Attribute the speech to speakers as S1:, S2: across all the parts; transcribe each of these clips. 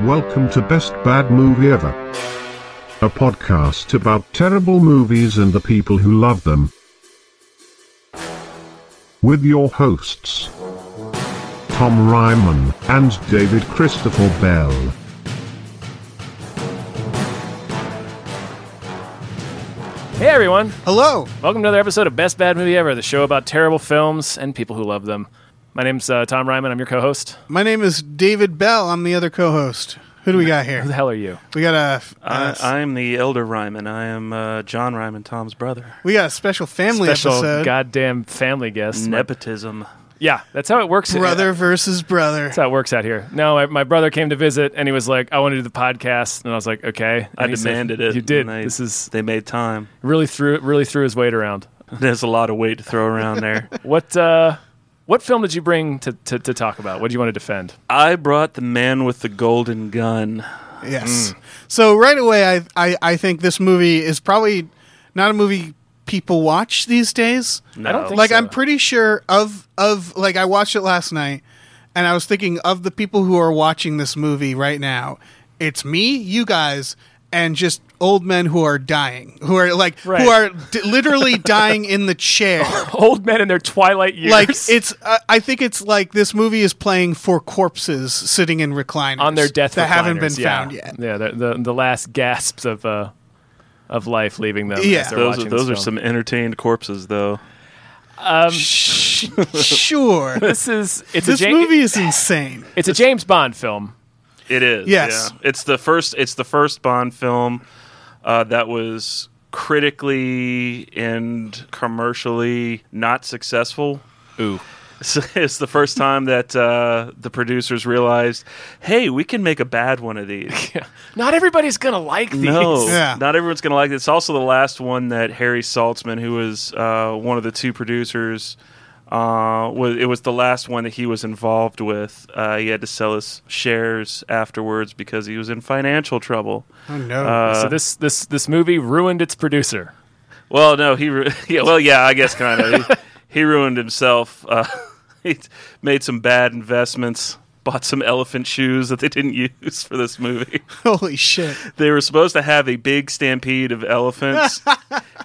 S1: Welcome to Best Bad Movie Ever, a podcast about terrible movies and the people who love them. With your hosts, Tom Ryman and David Christopher Bell.
S2: Hey everyone,
S3: Hello.
S2: welcome to another episode of Best Bad Movie Ever, the show about terrible films and people who love them. My name's uh, Tom Ryman. I'm your co-host.
S3: My name is David Bell. I'm the other co-host. Who do we got
S2: Who the
S3: here?
S2: hell are you?
S3: We got a
S4: I,
S3: uh,
S4: I'm the elder Ryman. I am uh, John Ryman, Tom's brother.
S3: we got a special family
S2: Special
S3: episode.
S2: goddamn family guest.
S4: Nepotism.
S2: Yeah, that's how it works.
S3: brother versus brother.
S2: That's how it works out here. No, my, my brother came to visit and he was like, "I want to do the podcast," and I was like, "Okay."
S4: I
S2: And he said,
S4: demanded it.
S2: You did.
S4: and They,
S2: this is
S4: they made time.
S2: really threw really threw his weight around.
S4: There's a lot of weight to throw around there.
S2: What uh, what film did you bring to, to to talk about? What do you want to defend?
S4: I brought the man with the golden gun.
S3: Yes. So right away, I, I I think this movie is probably not a movie people watch these days.
S4: No.
S2: I don't think
S3: Like
S2: so.
S3: I'm pretty sure of of like I watched it last night, and I was thinking of the people who are watching this movie right now. It's me, you guys, and just old men who are dying, who are like
S2: Right.
S3: who are d- literally dying in the chair.
S2: old men in their twilight years.
S3: like it's uh, i think it's like this movie is playing for corpses sitting in recliners
S2: on their death
S3: that haven't been
S2: recliners, yeah.
S3: found yet
S2: Yeah, the, the the last gasps of uh of life leaving them.
S3: Yeah.
S2: as they're
S4: Those are,
S2: watching
S4: those are
S2: this
S4: some entertained corpses, though.
S3: Sh- sure
S2: film. This is it's
S3: this
S2: a Ja-
S3: movie is insane
S2: It's a James Bond film.
S4: It is.
S3: Yes.
S4: yeah. It's the first. It's the first Bond film uh, that was critically and commercially not successful.
S2: Ooh.
S4: So it's the first time that uh, the producers realized, hey, we can make a bad one of these.
S2: Not everybody's gonna like these.
S4: No,
S3: Yeah.
S4: not everyone's going to like it. It's also the last one that Harry Saltzman, who was uh, one of the two producers, uh, was, it was the last one that he was involved with. Uh, he had to sell his shares afterwards because he was in financial trouble.
S3: oh no
S4: uh,
S2: so this this this movie ruined its producer.
S4: Well, no, he. Ru- yeah, well, yeah, I guess kind of. he, he ruined himself. Uh, he made some bad investments. Bought some elephant shoes that they didn't use for this movie.
S3: holy shit
S4: They were supposed to have a big stampede of elephants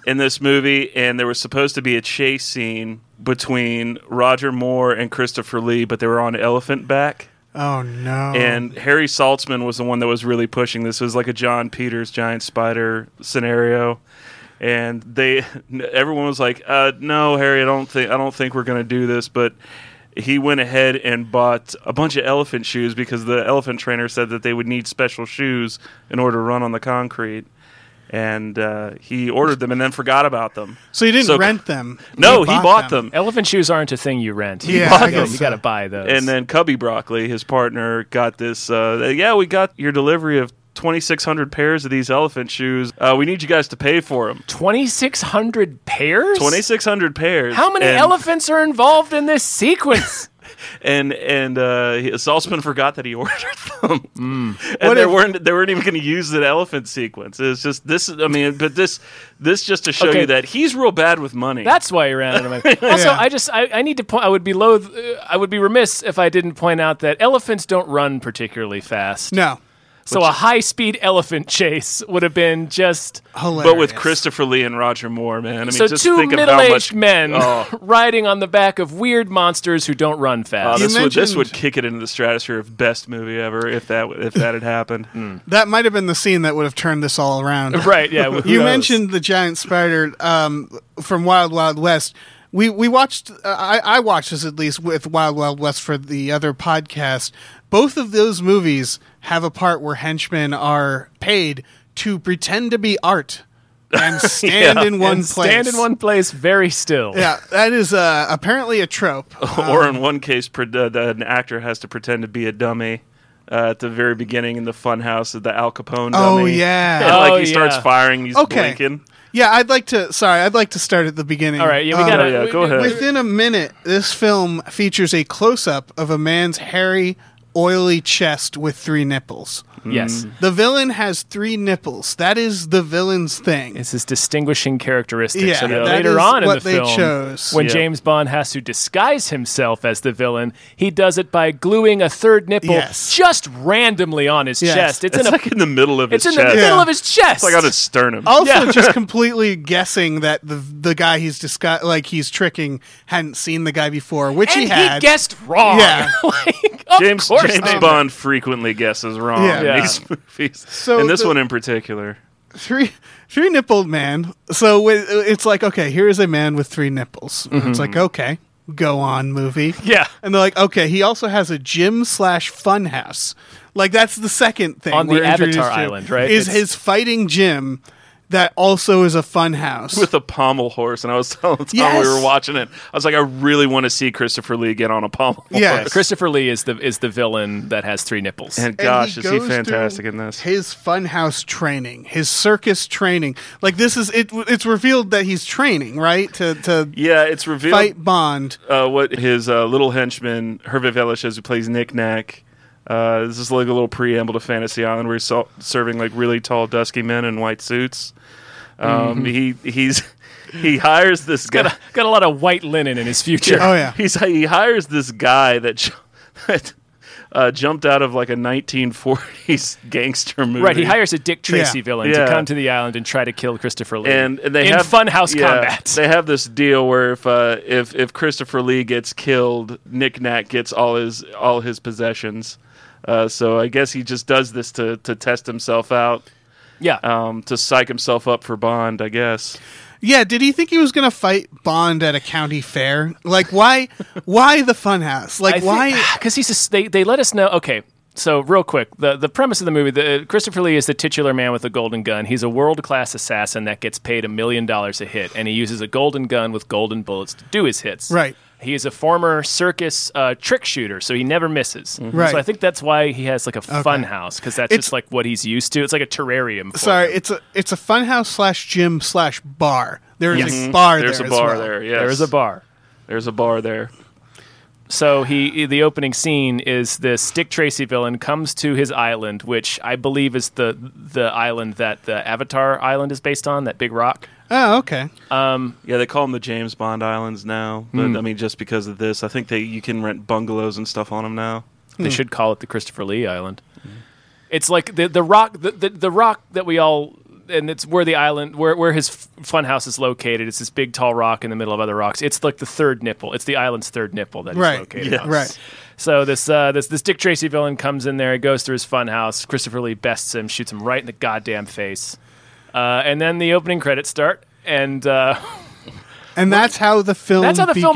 S4: in this movie, and there was supposed to be a chase scene between Roger Moore and Christopher Lee, but they were on elephant back.
S3: oh no
S4: And Harry Saltzman was the one that was really pushing this. It was like a John Peters giant spider scenario. And they everyone was like, uh, no, Harry, I don't think I don't think we're gonna do this, but he went ahead and bought a bunch of elephant shoes because the elephant trainer said that they would need special shoes in order to run on the concrete. And uh, he ordered them and then forgot about them.
S3: so you didn't
S4: so-
S3: rent them
S4: No,
S3: You
S4: he bought them.
S2: Elephant shoes aren't a thing you rent. You
S3: Yeah,
S2: bought
S3: I
S2: them.
S3: guess
S2: You
S3: so.
S2: gotta buy those.
S4: And then Cubby Broccoli, his partner, got this. Uh, yeah, we got your delivery of 2,600 pairs of these elephant shoes. Uh, we need you guys to pay for them.
S2: twenty six hundred pairs.
S4: 2,600 pairs.
S2: How many
S4: and,
S2: elephants are involved in this sequence?
S4: And and uh, he- Saltzman forgot that he ordered them.
S2: Mm.
S4: And
S3: What
S4: they
S3: if-
S4: weren't they weren't even going to use that elephant sequence. It's just this. I mean, but this this just to show
S2: Okay.
S4: you that he's real bad with money.
S2: That's why you ran out of money. Also,
S3: Yeah.
S2: I just I, I need to point. I would be loath. uh, I would be remiss if I didn't point out that elephants don't run particularly fast.
S3: no
S2: So a high speed elephant chase would have been just.
S3: Hilarious.
S4: but with Christopher Lee and Roger Moore, man. I mean,
S2: so
S4: just
S2: two
S4: think of how
S2: middle aged
S4: much.
S2: men
S4: Oh.
S2: riding on the back of weird monsters who don't run
S4: Uh,
S2: fast.
S4: this, would, this
S3: mentioned-
S4: would kick it into the stratosphere of best movie ever if that if that had happened.
S2: Hmm.
S3: that might have been the scene that would have turned this all around
S2: right? Yeah. who
S3: you
S2: knows?
S3: mentioned the giant spider um, from Wild Wild West. We we watched. Uh, I, I watched this at least with Wild Wild West for the other podcast. Both of those movies have a part where henchmen are paid to pretend to be art and stand in one
S2: And
S3: place.
S2: Stand in one place, very still.
S3: Yeah, that is uh, apparently a trope.
S2: Oh,
S4: or in one case, pre- uh, the- an actor has to pretend to be a dummy uh, at the very beginning in the funhouse of the Al Capone
S3: Oh,
S4: dummy.
S3: yeah.
S4: and, like
S2: Oh,
S4: he starts
S2: yeah.
S4: firing, he's
S3: Okay.
S4: blinking.
S3: Yeah, I'd like to. Sorry, I'd like to start at the beginning.
S2: All right. Yeah. We
S3: Um,
S2: gotta.
S4: yeah,
S2: we-
S4: go ahead.
S2: we-
S3: Within a minute, this film features a close up of a man's hairy, oily chest with three nipples.
S2: Yes.
S4: Mm.
S3: The villain has three nipples. That is the villain's thing.
S2: It's his distinguishing characteristics.
S3: Yeah,
S2: and then
S3: that
S2: later
S3: is
S2: on in
S3: what
S2: the
S3: they
S2: film,
S3: chose.
S2: when
S4: Yeah.
S2: James Bond has to disguise himself as the villain, he does it by gluing a third nipple
S3: Yes.
S2: just randomly on his
S3: Yes.
S2: chest. It's,
S4: It's
S2: in a,
S4: like in the middle of
S2: it's in
S4: his
S2: the
S4: chest.
S2: middle
S3: Yeah.
S2: of his chest.
S4: It's like on his sternum.
S3: Also,
S2: Yeah.
S3: just completely guessing that the the guy he's disgu- like he's tricking hadn't seen the guy before, which
S2: and
S3: he had.
S2: guessed wrong.
S3: Yeah.
S2: like, of
S4: James
S2: course
S4: James
S2: they did.
S4: Bond frequently guesses wrong
S3: Oh. Yeah.
S4: in
S2: Yeah.
S4: these movies,
S3: So
S4: and this
S3: the-
S4: one in particular.
S3: three three nippled man. So wi- it's like okay, here is a man with three nipples. It's like okay, go on movie.
S2: Mm-hmm. Yeah.
S3: and they're like okay, he also has a gym slash fun house. Like that's the second thing
S2: On the
S3: we're introduced
S2: Avatar
S3: to,
S2: Island, right?
S3: Is
S2: It's-
S3: his fighting gym that also is a fun house?
S4: With a pommel horse, and I was telling Tom
S3: Yes.
S4: we were watching it. I was like, I really want to see Christopher Lee get on a pommel
S3: Yes.
S4: horse.
S2: Christopher Lee is the is the villain that has three nipples.
S4: And
S3: And
S4: gosh, is he
S3: goes
S4: fantastic
S3: through
S4: in this?
S3: His funhouse training, his circus training. Like this is it. It's revealed that he's training right to to
S4: Yeah, it's revealed
S3: fight Bond.
S4: uh, what his uh, little henchman Hervé Veliches, who plays Knick Knack. Uh, this is like a little preamble to Fantasy Island, where he's sol- serving like really tall, dusky men in white suits.
S3: Mm-hmm.
S4: Um, He he's he hires this guy.
S2: got, a, got a lot of white linen in his future.
S3: Oh yeah.
S4: He's he hires this guy that ju- that uh, jumped out of like a 1940s gangster movie.
S2: Right, he hires a Dick Tracy
S3: Yeah.
S2: villain
S4: Yeah.
S2: to come to the island and try to kill Christopher Lee.
S4: and, and they
S2: in
S4: have
S2: funhouse
S4: yeah,
S2: combat.
S4: They have this deal where if uh, if if Christopher Lee gets killed, Nick Nack gets all his all his possessions. Uh, so I guess he just does this to to test himself out,
S2: yeah,
S4: um, to psych himself up for Bond. I guess.
S3: Yeah, did he think he was gonna fight Bond at a county fair? Like, why? why the funhouse? Like, why?
S2: Because ah, he's just, they they let us know. Okay, so real quick, the the premise of the movie: the, Christopher Lee is the titular man with a golden gun. He's a world class assassin that gets paid a million dollars a hit, and he uses a golden gun with golden bullets to do his hits.
S3: Right.
S2: He is a former circus uh, trick shooter, so he never misses.
S3: Mm-hmm. Right.
S2: So I think that's why he has like a fun house because that's
S3: It's-
S2: just like what he's used to. It's like a terrarium. for
S3: Sorry,
S2: him.
S3: it's a it's a funhouse slash gym slash bar. There is
S2: Yes.
S3: a bar.
S4: Mm-hmm. There's
S3: there
S4: a
S3: as
S4: bar
S3: well.
S4: there. Yes.
S2: there is a bar.
S4: There's a bar there.
S2: So he the opening scene is this Dick Tracy villain comes to his island, which I believe is the the island that the Avatar Island is based on, that big rock.
S3: Oh, okay.
S4: Yeah, they call them the James Bond Islands now, but I mean, just because of this, I think they you can rent bungalows and stuff on them now.
S3: Hmm.
S2: They should call it the Christopher Lee Island. It's like the the rock the, the, the rock that we all and it's where the island where where his f- fun house is located. It's this big tall rock in the middle of other rocks. It's like the third nipple. It's the island's third nipple that he's
S3: Right.
S2: located
S4: Yes.
S2: on.
S3: Right.
S2: So this uh, this this Dick Tracy villain comes in there. He goes through his fun house. Christopher Lee bests him, shoots him right in the goddamn face, uh, and then the opening credits start, and uh,
S3: And that's how the film.
S2: that's how the film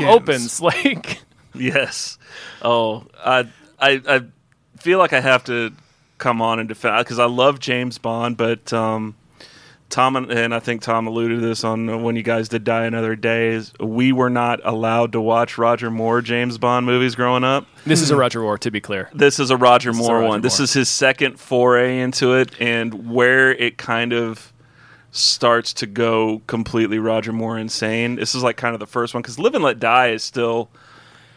S2: opens.
S3: begins.
S2: Like,
S4: Yes. Oh, I I I feel like I have to come on and defend because I love James Bond, but um, Tom and, and I think Tom alluded to this on when you guys did Die Another Day. Is we were not allowed to watch Roger Moore James Bond movies growing up.
S2: this is a Roger War, to be clear.
S4: This is a Roger
S2: is a
S4: Moore
S2: Roger
S4: one. This
S2: Moore.
S4: is his second foray into it, and where it kind of starts to go completely Roger Moore insane. This is like kind of the first one because Live and Let Die is still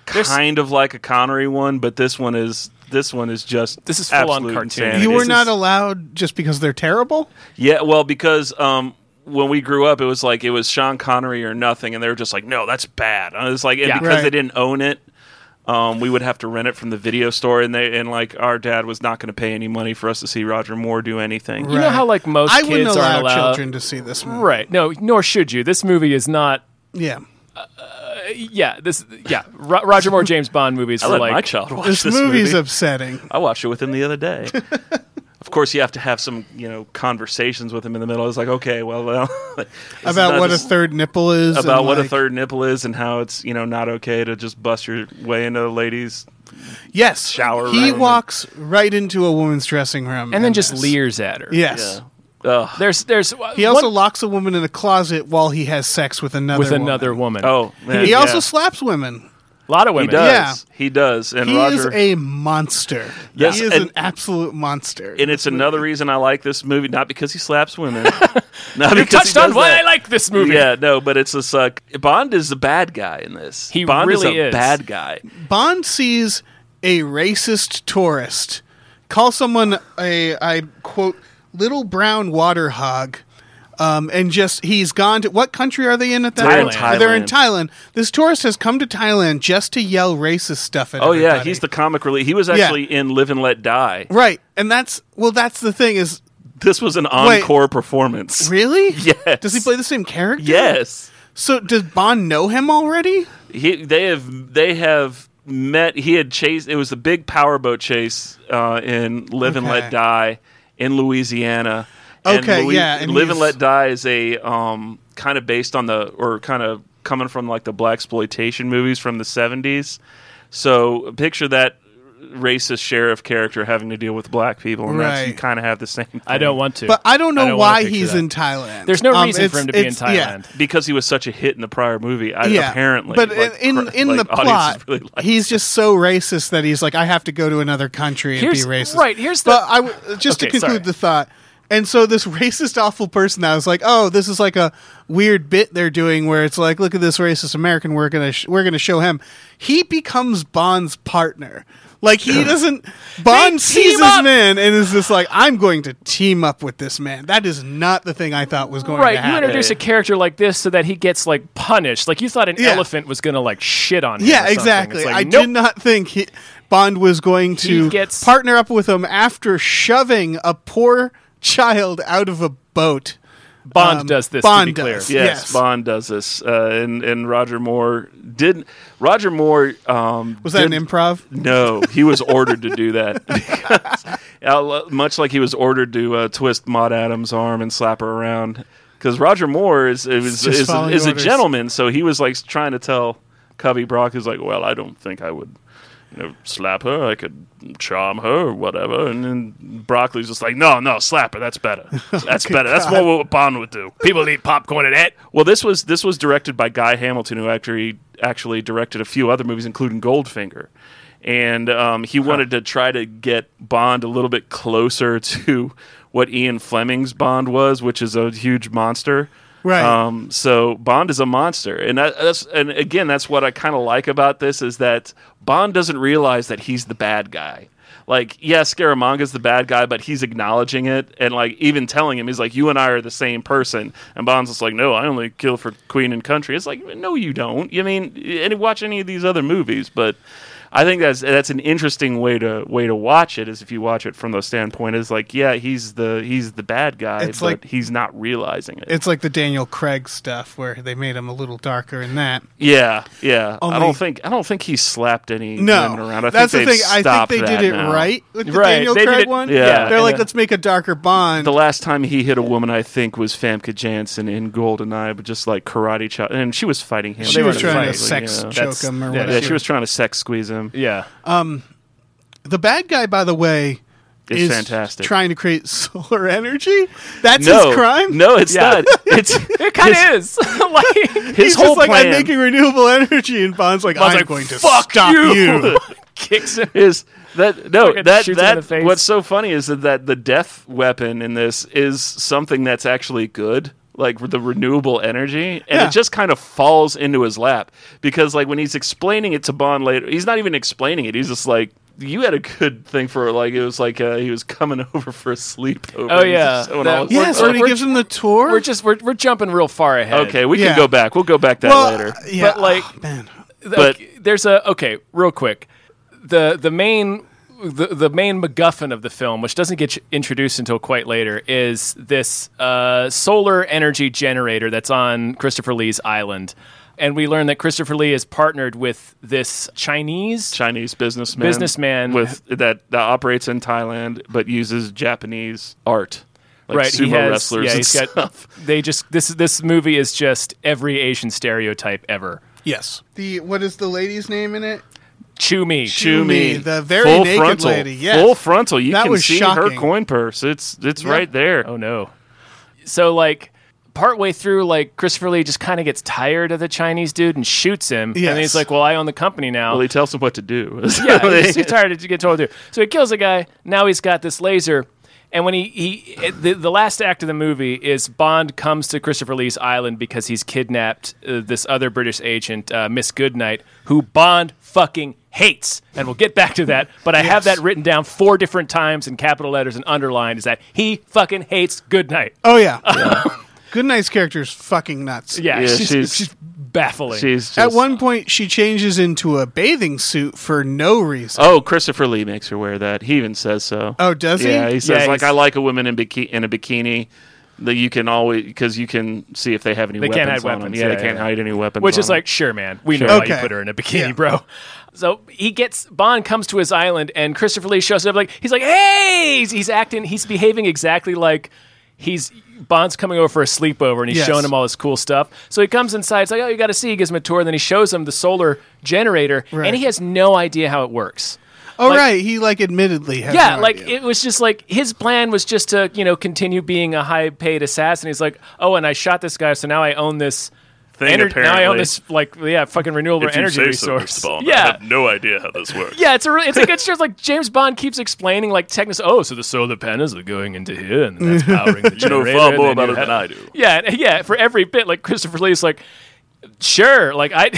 S4: kind of like a Connery one, but this one is this one is just
S2: This is full-on
S4: absolute
S2: cartoon.
S4: insanity.
S3: You
S4: This
S3: were
S4: is-
S3: not allowed just because they're terrible.
S4: yeah, well, because um, when we grew up, it was like it was Sean Connery or nothing, and they were just like, no, that's bad. And it's like, and
S2: Yeah.
S4: because they
S3: Right.
S4: didn't own it, um, we would have to rent it from the video store, and they and like our dad was not going to pay any money for us to see Roger Moore do anything.
S2: You know how like most
S3: I wouldn't
S2: kids
S3: allow
S2: aren't allowed.
S3: children to see this movie.
S2: Right? No, nor should you. This movie is not.
S3: Yeah.
S2: Yeah, this. Yeah, Ro- Roger Moore James Bond movies
S4: I
S2: were
S4: let
S2: like
S4: my child watch
S3: This,
S4: this,
S3: movie's
S4: movie.
S3: upsetting.
S4: I watched it with him the other day. of course, you have to have some you know conversations with him in the middle. It's like, okay, well, well this is
S3: about
S4: not
S3: what a
S4: just-
S3: third nipple is.
S4: about
S3: and,
S4: what a
S3: like-
S4: third nipple is and how it's you know not okay to just bust your way into a lady's
S3: Yes,
S4: shower
S3: He
S4: room.
S3: walks right into a woman's dressing room,
S2: and then
S3: in
S2: just
S3: this.
S2: leers at her.
S3: Yes,
S4: Yeah. Ugh.
S2: There's there's
S3: he also locks a woman in a closet while he has sex with another
S2: with
S3: woman.
S2: another woman.
S4: Oh, man.
S3: He
S4: yeah.
S3: also slaps women.
S2: a lot of
S4: he
S2: women.
S4: does.
S3: Yeah.
S4: He does. And
S3: He
S4: Roger
S3: is a monster.
S4: Yes,
S3: he is
S4: and-
S3: an absolute monster.
S4: and it's another reason I like this movie, not because he slaps women. not
S2: You
S4: because he
S2: touched on
S4: does
S2: why
S4: that.
S2: I like this movie.
S4: Yeah, no, but it's just like Bond is the bad guy in this.
S2: He
S4: Bond
S2: really
S4: is a
S2: is.
S4: bad guy.
S3: Bond sees a racist tourist. Call someone a I quote little brown water hog. Um, and just he's gone to what country are they in at that
S4: They're in
S3: point? They're in
S4: Thailand.
S3: Thailand. This tourist has come to Thailand just to yell racist stuff at
S4: Oh yeah,
S3: everybody.
S4: he's the comic relief. He was actually in Live and Let Die.
S3: right. And that's well, that's the thing is
S4: This was an encore performance.
S3: really
S4: Yes.
S3: Does he play the same character?
S4: Yes.
S3: So does Bond know him already?
S4: he they have they have met he had chased it was the big powerboat chase uh, in live and
S3: Okay.
S4: let die in louisiana And
S3: Okay, yeah, and
S4: live and
S3: he's-
S4: let die is a um, kind of based on the or kind of coming from like the black exploitation movies from the 70s so picture that racist sheriff character having to deal with black people and that's you
S3: Right.
S4: kind of have the same thing.
S2: I don't want to.
S3: But I don't know
S2: wanna
S3: why
S2: picture
S3: he's
S2: that.
S3: in Thailand.
S2: There's no
S3: Um,
S2: reason for
S3: it's-
S2: him to be in
S3: it's- yeah.
S2: Thailand.
S4: because he was such a hit in the prior movie I,
S3: Yeah,
S4: apparently
S3: but
S4: like,
S3: in in,
S4: cr-
S3: in
S4: like,
S3: the
S4: audiences
S3: plot,
S4: really liked
S3: he's just so racist that he's like, I have to go to another country and
S2: Here's-
S3: be racist.
S2: right, here's the-
S3: But I w- just to
S2: Okay,
S3: conclude
S2: sorry.
S3: the thought, and so this racist, awful person, I was like, oh, this is like a weird bit they're doing where it's like, look at this racist American. We're gonna sh- we're gonna show him. He becomes Bond's partner. Like he doesn't. Bond sees his
S2: up!
S3: man and is just like, I'm going to team up with this man. That is not the thing I thought was going to
S2: Right, you
S3: happen.
S2: introduce a character like this so that he gets like punished. Like you thought an
S3: Yeah.
S2: elephant was gonna like shit on him. or
S3: Yeah,
S2: something.
S3: exactly.
S2: It's like,
S3: I
S2: nope.
S3: did not think he, Bond was going to
S2: gets-
S3: partner up with him after shoving a poor child out of a boat.
S2: Bond
S3: um,
S2: does this.
S3: Bond
S2: to be clear.
S3: does.
S4: Yes,
S3: Yes.
S4: Bond does this, uh, and and Roger Moore didn't. Roger Moore um,
S3: Was that
S4: did-
S3: an improv?
S4: No, he was ordered to do that. Because, uh, much like he was ordered to uh, twist Maud Adams' arm and slap her around, because Roger Moore is is,
S3: Just
S4: is,
S3: following
S4: is a
S3: orders.
S4: gentleman, so he was like trying to tell Covey Brock, he's like, well, I don't think I would. You know, slap her. I could charm her, or whatever. And then Broccoli's just like, no, no, slap her. That's better. That's better. That's more what Bond would do.
S2: People eat popcorn at that.
S4: Well, this was this was directed by Guy Hamilton, who actually actually directed a few other movies, including Goldfinger, and um, he wanted to try to get Bond a little bit closer to what Ian Fleming's Bond was, which is a huge monster.
S3: Right.
S4: Um, so Bond is a monster, and that, that's and again, that's what I kind of like about this is that Bond doesn't realize that he's the bad guy. Like, yeah, Scaramanga's the bad guy, but he's acknowleding it and like even telling him he's like, "You and I are the same person." And Bond's just like, "No, I only kill for Queen and country." It's like, "No, you don't." You mean, and watch any of these other movies, but. I think that's that's an interesting way to way to watch it is if you watch it from the standpoint is like yeah he's the he's the bad guy
S3: It's
S4: but
S3: like-
S4: he's not realizing it.
S3: It's like the Daniel Craig stuff where they made him a little darker in that.
S4: Yeah, yeah. I
S3: Only-
S4: don't think I don't think he slapped any
S3: No,
S4: women around. I
S3: that's
S4: think
S3: the
S4: they've
S3: thing. I think
S4: stopped
S3: they
S4: that
S3: did it
S4: now.
S3: right with the
S2: Right,
S3: Daniel
S2: they did
S3: Craig
S2: it-
S3: one.
S4: yeah.
S3: they're like,
S4: Yeah.
S3: let's make a darker Bond.
S4: The last time he hit a woman, I think, was Famke Janssen in GoldenEye, but just like karate chop, and she was fighting him.
S3: she
S2: they
S3: was
S2: were
S3: trying to
S2: fighting,
S3: sex
S4: yeah.
S3: choke
S2: That's-
S3: him or
S2: yeah,
S3: whatever.
S4: yeah, she was trying to sex squeeze him.
S2: Yeah.
S3: the bad guy, by the way.
S4: It's
S3: is
S4: fantastic.
S3: Trying to create solar energy? That's
S4: no
S3: his crime?
S4: No, it's
S2: Yeah.
S4: not. It's
S2: It kind of is. like
S4: his
S3: He's
S4: whole
S3: just like,
S4: plan.
S3: I'm making renewable energy, and Bond's like, I'm
S2: like,
S3: going to
S2: "Fuck
S3: stop
S2: you."
S3: you.
S2: kicks him.
S4: is that no
S2: Fucking
S4: that
S2: shoots him in
S4: that
S2: the face.
S4: what's so funny is that, that the death weapon in this is something that's actually good like the renewable energy and
S3: Yeah.
S4: it just kind of falls into his lap because like when he's explaining it to bond later he's not even explaining it he's just like you had a good thing for like it was like uh, he was coming over for a sleepover
S2: Oh,
S4: He's
S2: yeah.
S4: just showing
S2: That-
S4: all his-
S3: Yes,
S2: We're-
S3: when he
S2: we're-
S3: gives him the tour.
S2: We're just we're, we're jumping real far ahead.
S4: okay we
S3: Yeah.
S4: can go back we'll go back that
S3: Well,
S4: later
S3: uh, yeah.
S2: But, like-
S3: oh, man,
S2: but
S4: But-
S2: there's a okay, real quick. The the main the, the main MacGuffin of the film, which doesn't get introduced until quite later, is this uh, solar energy generator that's on Christopher Lee's island, and we learn that Christopher Lee is partnered with this Chinese.
S4: Chinese businessman
S2: Businessman.
S4: with that, that operates in Thailand but uses Japanese art, like
S2: right,
S4: sumo
S2: he has,
S4: wrestlers
S2: yeah,
S4: and
S2: he's got-
S4: stuff.
S2: They just this this movie is just every Asian stereotype ever.
S3: yes. The what is the lady's name in it?
S2: Chew me,
S3: Chumi, the very
S4: full
S3: naked
S4: frontal,
S3: lady, yes.
S4: full frontal. You
S3: That
S4: can
S3: was
S4: see
S3: shocking.
S4: her coin purse. It's it's
S3: Yeah.
S4: right there.
S2: Oh no. So like partway through, like Christopher Lee just kind of gets tired of the Chinese dude and shoots him. And
S3: Yes.
S2: he's like, "Well, I own the company now."
S4: Well, he tells him what to do.
S2: yeah, he's too tired to get told to. do. So he kills a guy. Now he's got this laser. And when he, he the, the last act of the movie is Bond comes to Christopher Lee's island because he's kidnapped uh, this other British agent, uh, Miss Goodnight, who Bond fucking hates, and we'll get back to that. But I have that written down four different times in capital letters and underlined. Is that he fucking hates Goodnight?
S3: Oh yeah. Goodnight's character is fucking nuts.
S2: Yeah,
S4: Yeah,
S2: she's, she's
S4: she's-
S2: baffling.
S4: She's just,
S3: At one point, she changes into a bathing suit for no reason.
S2: Uh,
S4: Oh, Christopher Lee makes her wear that. He even says so.
S3: Oh, does he?
S4: Yeah, he says
S2: Yeah,
S4: like
S2: he's-
S4: I like a woman in biki- in a bikini that you can always because you can see if they have any
S2: They
S4: weapons
S2: can't hide
S4: on
S2: weapons,
S4: them. Yeah,
S2: yeah,
S4: they can't
S2: yeah.
S4: hide any weapons.
S2: Which
S4: on
S2: is
S4: them.
S2: like, sure, man, we know
S4: Sure.
S2: why you
S3: Okay.
S2: put her in a bikini,
S3: Yeah.
S2: bro. So he gets Bond comes to his island, and Christopher Lee shows up. Like he's like, hey, he's, he's acting, he's behaving exactly like he's Bond's coming over for a sleepover, and he's
S3: Yes.
S2: showing him all his cool stuff. So he comes inside. It's like, oh, you got to see. He gives him a tour, and then he shows him the solar generator,
S3: Right.
S2: and he has no idea how it works.
S3: Oh,
S2: like-
S3: right. He like admittedly. Has
S2: Yeah,
S3: no
S2: like
S3: idea.
S2: it was just like his plan was just to you know continue being a high paid assassin. He's like, oh, and I shot this guy, so now I own this
S5: Thing,
S2: Now I own
S5: apparently.
S2: this like yeah fucking renewable
S5: If you
S2: energy
S5: say so,
S2: resource.
S5: Mr. Bond, I
S2: yeah.
S5: have no idea how this works.
S2: Yeah, it's a really, it's a good show. It's Like James Bond keeps explaining like technics. Oh, so the solar panels are going into here, and that's powering the
S5: You know
S2: generator.
S5: far more
S2: and then
S5: about it
S2: you
S5: than
S2: have-
S5: I do.
S2: Yeah, and- yeah. For every bit, like Christopher Lee's like, sure, like I,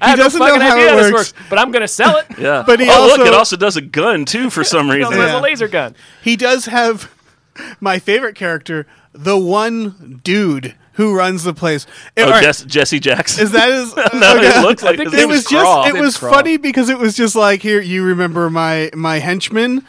S2: I
S3: He
S2: have no
S3: doesn't know
S2: fucking
S3: how
S2: idea
S3: it
S2: how this
S3: works.
S2: works, but I'm gonna sell it.
S5: Yeah.
S3: But he
S5: oh, look,
S3: also-
S5: it also does a gun too for some
S2: He also
S5: reason.
S2: has
S3: Yeah.
S2: a laser gun.
S3: he does have my favorite character, the one dude who runs the place.
S5: Oh,
S3: All right,
S5: Jess- Jesse Jackson.
S3: Is that his?
S5: no,
S3: okay.
S5: it looks like
S2: think
S5: his
S2: they-
S5: name
S3: it
S5: was
S3: was
S5: Craw.
S3: just it
S5: It's
S3: was
S5: Craw.
S3: funny because it was just like here you remember my my henchman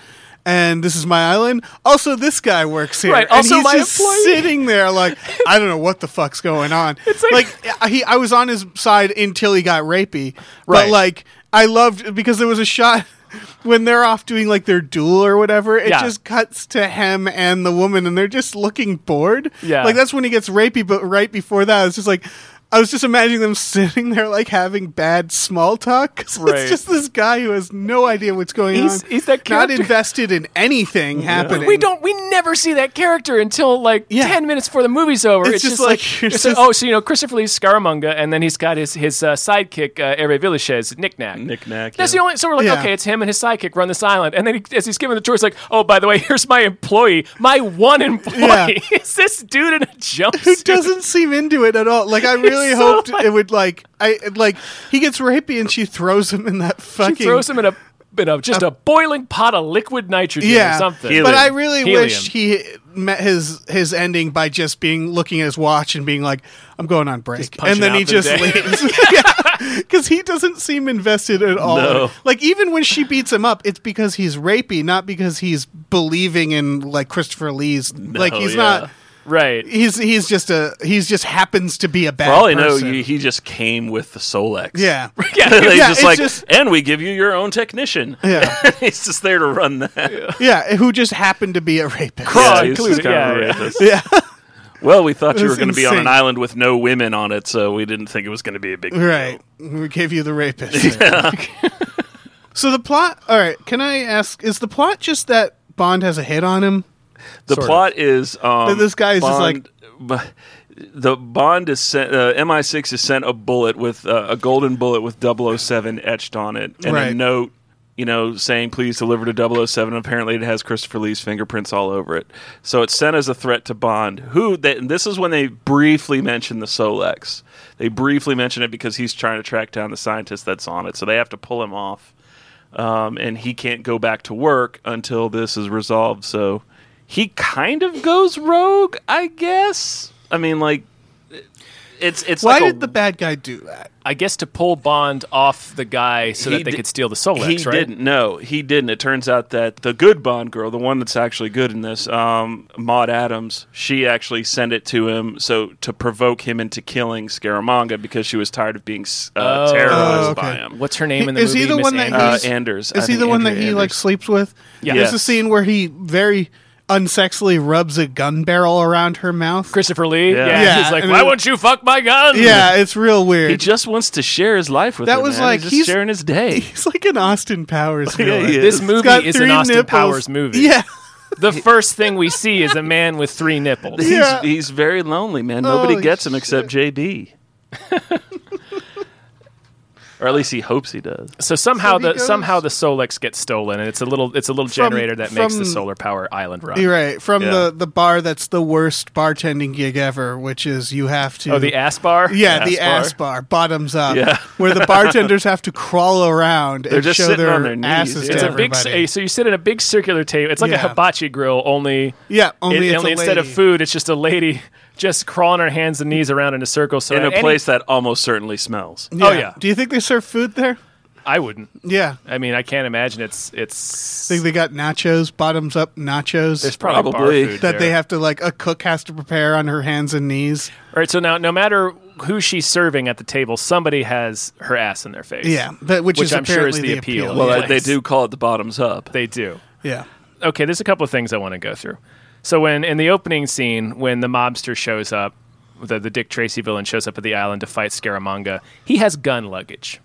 S3: and this is my island also this guy works here
S2: Right, also
S3: and he's
S2: my
S3: just
S2: employee.
S3: sitting there like i don't know what the fuck's going on it's
S2: like-
S3: like, he i was on his side until he got rapey
S2: Right.
S3: but like i loved because there was a shot when they're off doing like their duel or whatever, it
S2: Yeah.
S3: just cuts to him and the woman, and they're just looking bored.
S2: Yeah.
S3: like that's when he gets rapey. But right before that, it's just like I was just imagining them sitting there like having bad small talk. 'cause
S2: Right.
S3: It's just this guy who has no idea what's going
S2: He's-
S3: on.
S2: he's that
S3: not
S2: character-
S3: invested in anything happening.
S2: We don't. We never see that character until like
S3: Yeah.
S2: ten minutes before the movie's over. It's,
S3: It's
S2: just,
S3: just
S2: like,
S3: like, you're
S2: it's
S3: just-
S2: oh, so you know Christopher Lee's Scaramanga, and then he's got his his uh, sidekick uh, Hervé Villachez, Knick Knack.
S4: Knick Knack,
S2: That's
S4: yeah.
S2: the only. So we're like,
S3: Yeah.
S2: okay, it's him and his sidekick run this island, and then he, as he's given the tour, it's like, oh, by the way, here's my employee, my one employee.
S3: Yeah.
S2: is this dude in a
S3: who
S2: jumpsuit?
S3: doesn't seem into it at all. Like I really
S2: so
S3: hoped
S2: like-
S3: it would like I like he gets rapey and she throws him in that fucking
S2: He throws him in a in a just a, boiling pot of liquid nitrogen
S3: yeah,
S2: or something.
S4: Helium.
S3: But I really
S2: Helium.
S3: wish he met his his ending by just being looking at his watch and being like, "I'm going on break,"
S2: punching
S3: and then
S2: out
S3: he
S2: the
S3: just
S2: day.
S3: leaves because he doesn't seem invested at all.
S4: No.
S3: Like even when she beats him up, it's because he's rapey, not because he's believing in like Christopher Lee's. like he's
S4: yeah.
S3: not.
S2: right.
S3: He's he's just a he's just happens to be a bad.
S4: For all I know,
S3: person.
S4: you, he just came with the Solex.
S3: yeah.
S4: they
S3: Yeah,
S4: just
S3: it's
S4: like,
S3: just-
S4: and we give you your own technician.
S3: Yeah.
S4: he's just there to run that. Yeah,
S3: Yeah, who just happened to be a rapist.
S2: Craw
S4: he's just
S2: included.
S4: kinda
S2: Yeah, yeah.
S4: rapist.
S3: Yeah.
S4: Well, we thought you
S3: That's
S4: were going to be on an
S3: insane.
S4: island with no women on it, so we didn't think it was going to be a big deal.
S3: Right. We gave you the rapist. so the plot. All right. Can I ask? Is the plot just that Bond has a hit on him?
S4: The
S2: Sort of.
S4: plot is um,
S3: That this guy is just
S4: Bond- b- the Bond is sent. Uh, MI6 is sent a bullet with uh, a golden bullet with 007 etched on it, and a
S3: Right.
S4: note, you know, saying please deliver to 007. Apparently, it has Christopher Lee's fingerprints all over it. So it's sent as a threat to Bond. Who? They, and this is when they briefly mention the Solex. They briefly mention it because he's trying to track down the scientist that's on it. So they have to pull him off um, and he can't go back to work until this is resolved. So he kind of goes rogue, I guess. I mean, like it's it's
S3: Why
S4: like a-
S3: did the bad guy do that?
S2: I guess to pull Bond off the guy so
S4: He
S2: that they
S4: di-
S2: could steal the Solex,
S4: he
S2: right?
S4: didn't. No, he didn't. It turns out that the good Bond girl, the one that's actually good in this, um, Maud Adams, she actually sent it to him so to provoke him into killing Scaramanga because she was tired of being s- uh,
S2: Oh.
S4: terrorized
S3: Oh, okay.
S4: by him.
S2: What's her name in the
S3: Is
S2: movie?
S3: he the
S2: Miss
S3: one that
S2: Andrews?
S4: Uh,
S3: he's-
S4: Anders. I
S3: Is he
S4: think
S3: the one that
S4: Andrew
S3: he like
S4: Anders.
S3: sleeps with?
S2: Yeah.
S3: There's a
S4: Yes.
S3: scene where he very unsexily rubs a gun barrel around her mouth.
S2: Christopher Lee. Yeah,
S4: Yeah.
S3: Yeah,
S2: he's like,
S3: and
S2: why
S3: then-
S2: won't you fuck my gun?
S3: yeah, it's real weird.
S4: He just wants to share his life with
S3: That
S4: her,
S3: was
S4: man.
S3: like,
S4: he's,
S3: he's-
S4: just sharing his day.
S3: he's like an Austin Powers. villain.
S4: he is.
S2: This
S4: It's
S2: movie
S3: got
S2: is an
S3: three
S2: Austin
S3: nipples.
S2: Powers movie.
S3: Yeah.
S2: The first thing we see is a man with three nipples.
S4: He's,
S3: Yeah.
S4: he's very lonely, man. Nobody
S3: Holy
S4: gets him except JB. or at least he hopes he does.
S2: So somehow
S3: So he
S2: the
S3: goes-
S2: somehow the Solex gets stolen, and it's a little it's a little
S3: From-
S2: generator that makes the
S3: from-
S2: solar power island run.
S3: You're right. From
S4: Yeah.
S3: the, the bar that's the worst bartending gig ever, which is you have to.
S2: Oh, the ass bar.
S3: Yeah,
S4: ass
S3: the
S4: bar.
S3: ass bar, bottoms up,
S4: Yeah.
S3: where the bartenders have to crawl around and
S4: just
S3: show
S4: sitting
S3: their,
S4: on their knees,
S3: asses
S4: yeah.
S2: It's
S3: to
S2: a big
S3: everybody.
S2: a, so you sit at a big circular table. It's like
S3: Yeah.
S2: a hibachi grill, only
S3: yeah, only,
S2: it-
S3: it's
S2: only
S3: a
S2: instead of
S3: lady.
S2: food, it's just a lady just crawling her hands and knees around in a circle. So
S4: In
S2: at
S4: a
S2: any-
S4: place that almost certainly smells.
S2: Oh, yeah.
S3: Do you think they serve food there?
S2: I wouldn't.
S3: Yeah,
S2: I mean, I can't imagine it's it's.
S3: think they got nachos, bottoms up nachos.
S2: there's probably,
S4: Probably.
S2: bar food
S3: that
S2: there.
S3: they have to like a cook has to prepare on her hands and knees.
S2: All right, so now no matter who she's serving at the table, somebody has her ass in their face.
S3: Yeah, that which,
S2: Which
S3: is
S2: I'm sure is
S3: apparently
S2: the appeal.
S4: Well,
S2: Yeah.
S4: I- they do call it the bottoms up.
S2: they do.
S3: yeah,
S2: okay, there's a couple of things I want to go through. So when in the opening scene, when the mobster shows up, the, the Dick Tracy villain shows up at the island to fight Scaramanga, he has gun luggage.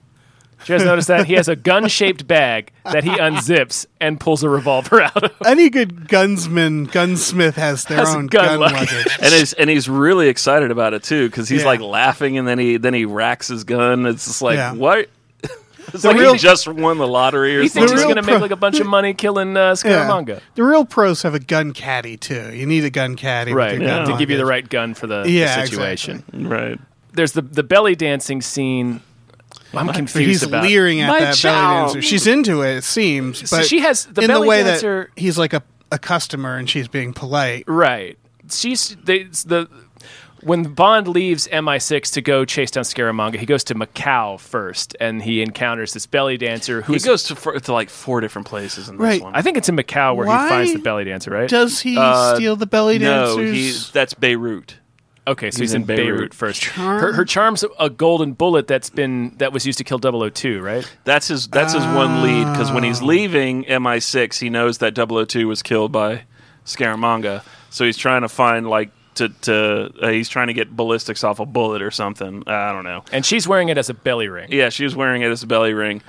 S2: Did you guys notice that? He has a gun shaped bag that he unzips and pulls a revolver out of.
S3: any good gunsman, gunsmith has their
S2: Has a
S3: own
S2: gun
S3: gun
S2: luggage.
S3: luggage.
S4: and he's and he's really excited about it too because he's
S3: Yeah.
S4: like laughing and then he then he racks his gun. It's just like
S3: Yeah.
S4: what? It's like
S2: real-
S4: he just won the lottery or
S2: He thinks
S4: something.
S2: he's
S3: real
S2: going to make
S3: pro-
S2: like a bunch of money killing uh,
S3: Yeah.
S2: Scaramanga.
S3: The real pros have a gun caddy too. You need a gun caddy, with
S2: Right,
S3: your gun
S2: to give you the
S3: luggage.
S2: right gun for the, the
S3: Yeah,
S2: situation.
S4: right.
S2: There's the, the belly dancing scene. I'm
S3: But
S2: confused
S3: he's
S2: about.
S3: leering at
S4: My
S3: that belly
S4: child.
S3: dancer. She's into it, it seems. But
S2: So she has- the
S3: in
S2: belly
S3: the way
S2: dancer-
S3: that he's like a, a customer and she's being polite.
S2: Right. She's they, it's the when Bond leaves MI6 to go chase down Scaramanga, he goes to Macau first, and he encounters this belly dancer
S4: He
S2: who's.
S4: goes to four, to like four different places in this
S3: Right.
S4: one.
S2: I think it's in Macau where
S3: Why
S2: he finds the belly dancer, right?
S3: Does he
S4: Uh,
S3: steal the belly
S4: no,
S3: dancers?
S4: he, that's Beirut.
S2: okay, so he's,
S4: he's
S2: in,
S4: in
S2: Beirut,
S4: Beirut.
S2: first.
S3: Charm?
S2: Her, her charm's a golden bullet that's been that was used to kill 002, right?
S4: That's his. That's his one lead because when he's leaving MI6, he knows that 002 was killed by Scaramanga, so he's trying to find like to to uh, he's trying to get ballistics off a bullet or something. I don't know.
S2: And she's wearing it as a belly ring.
S4: Yeah, she was wearing it as a belly ring.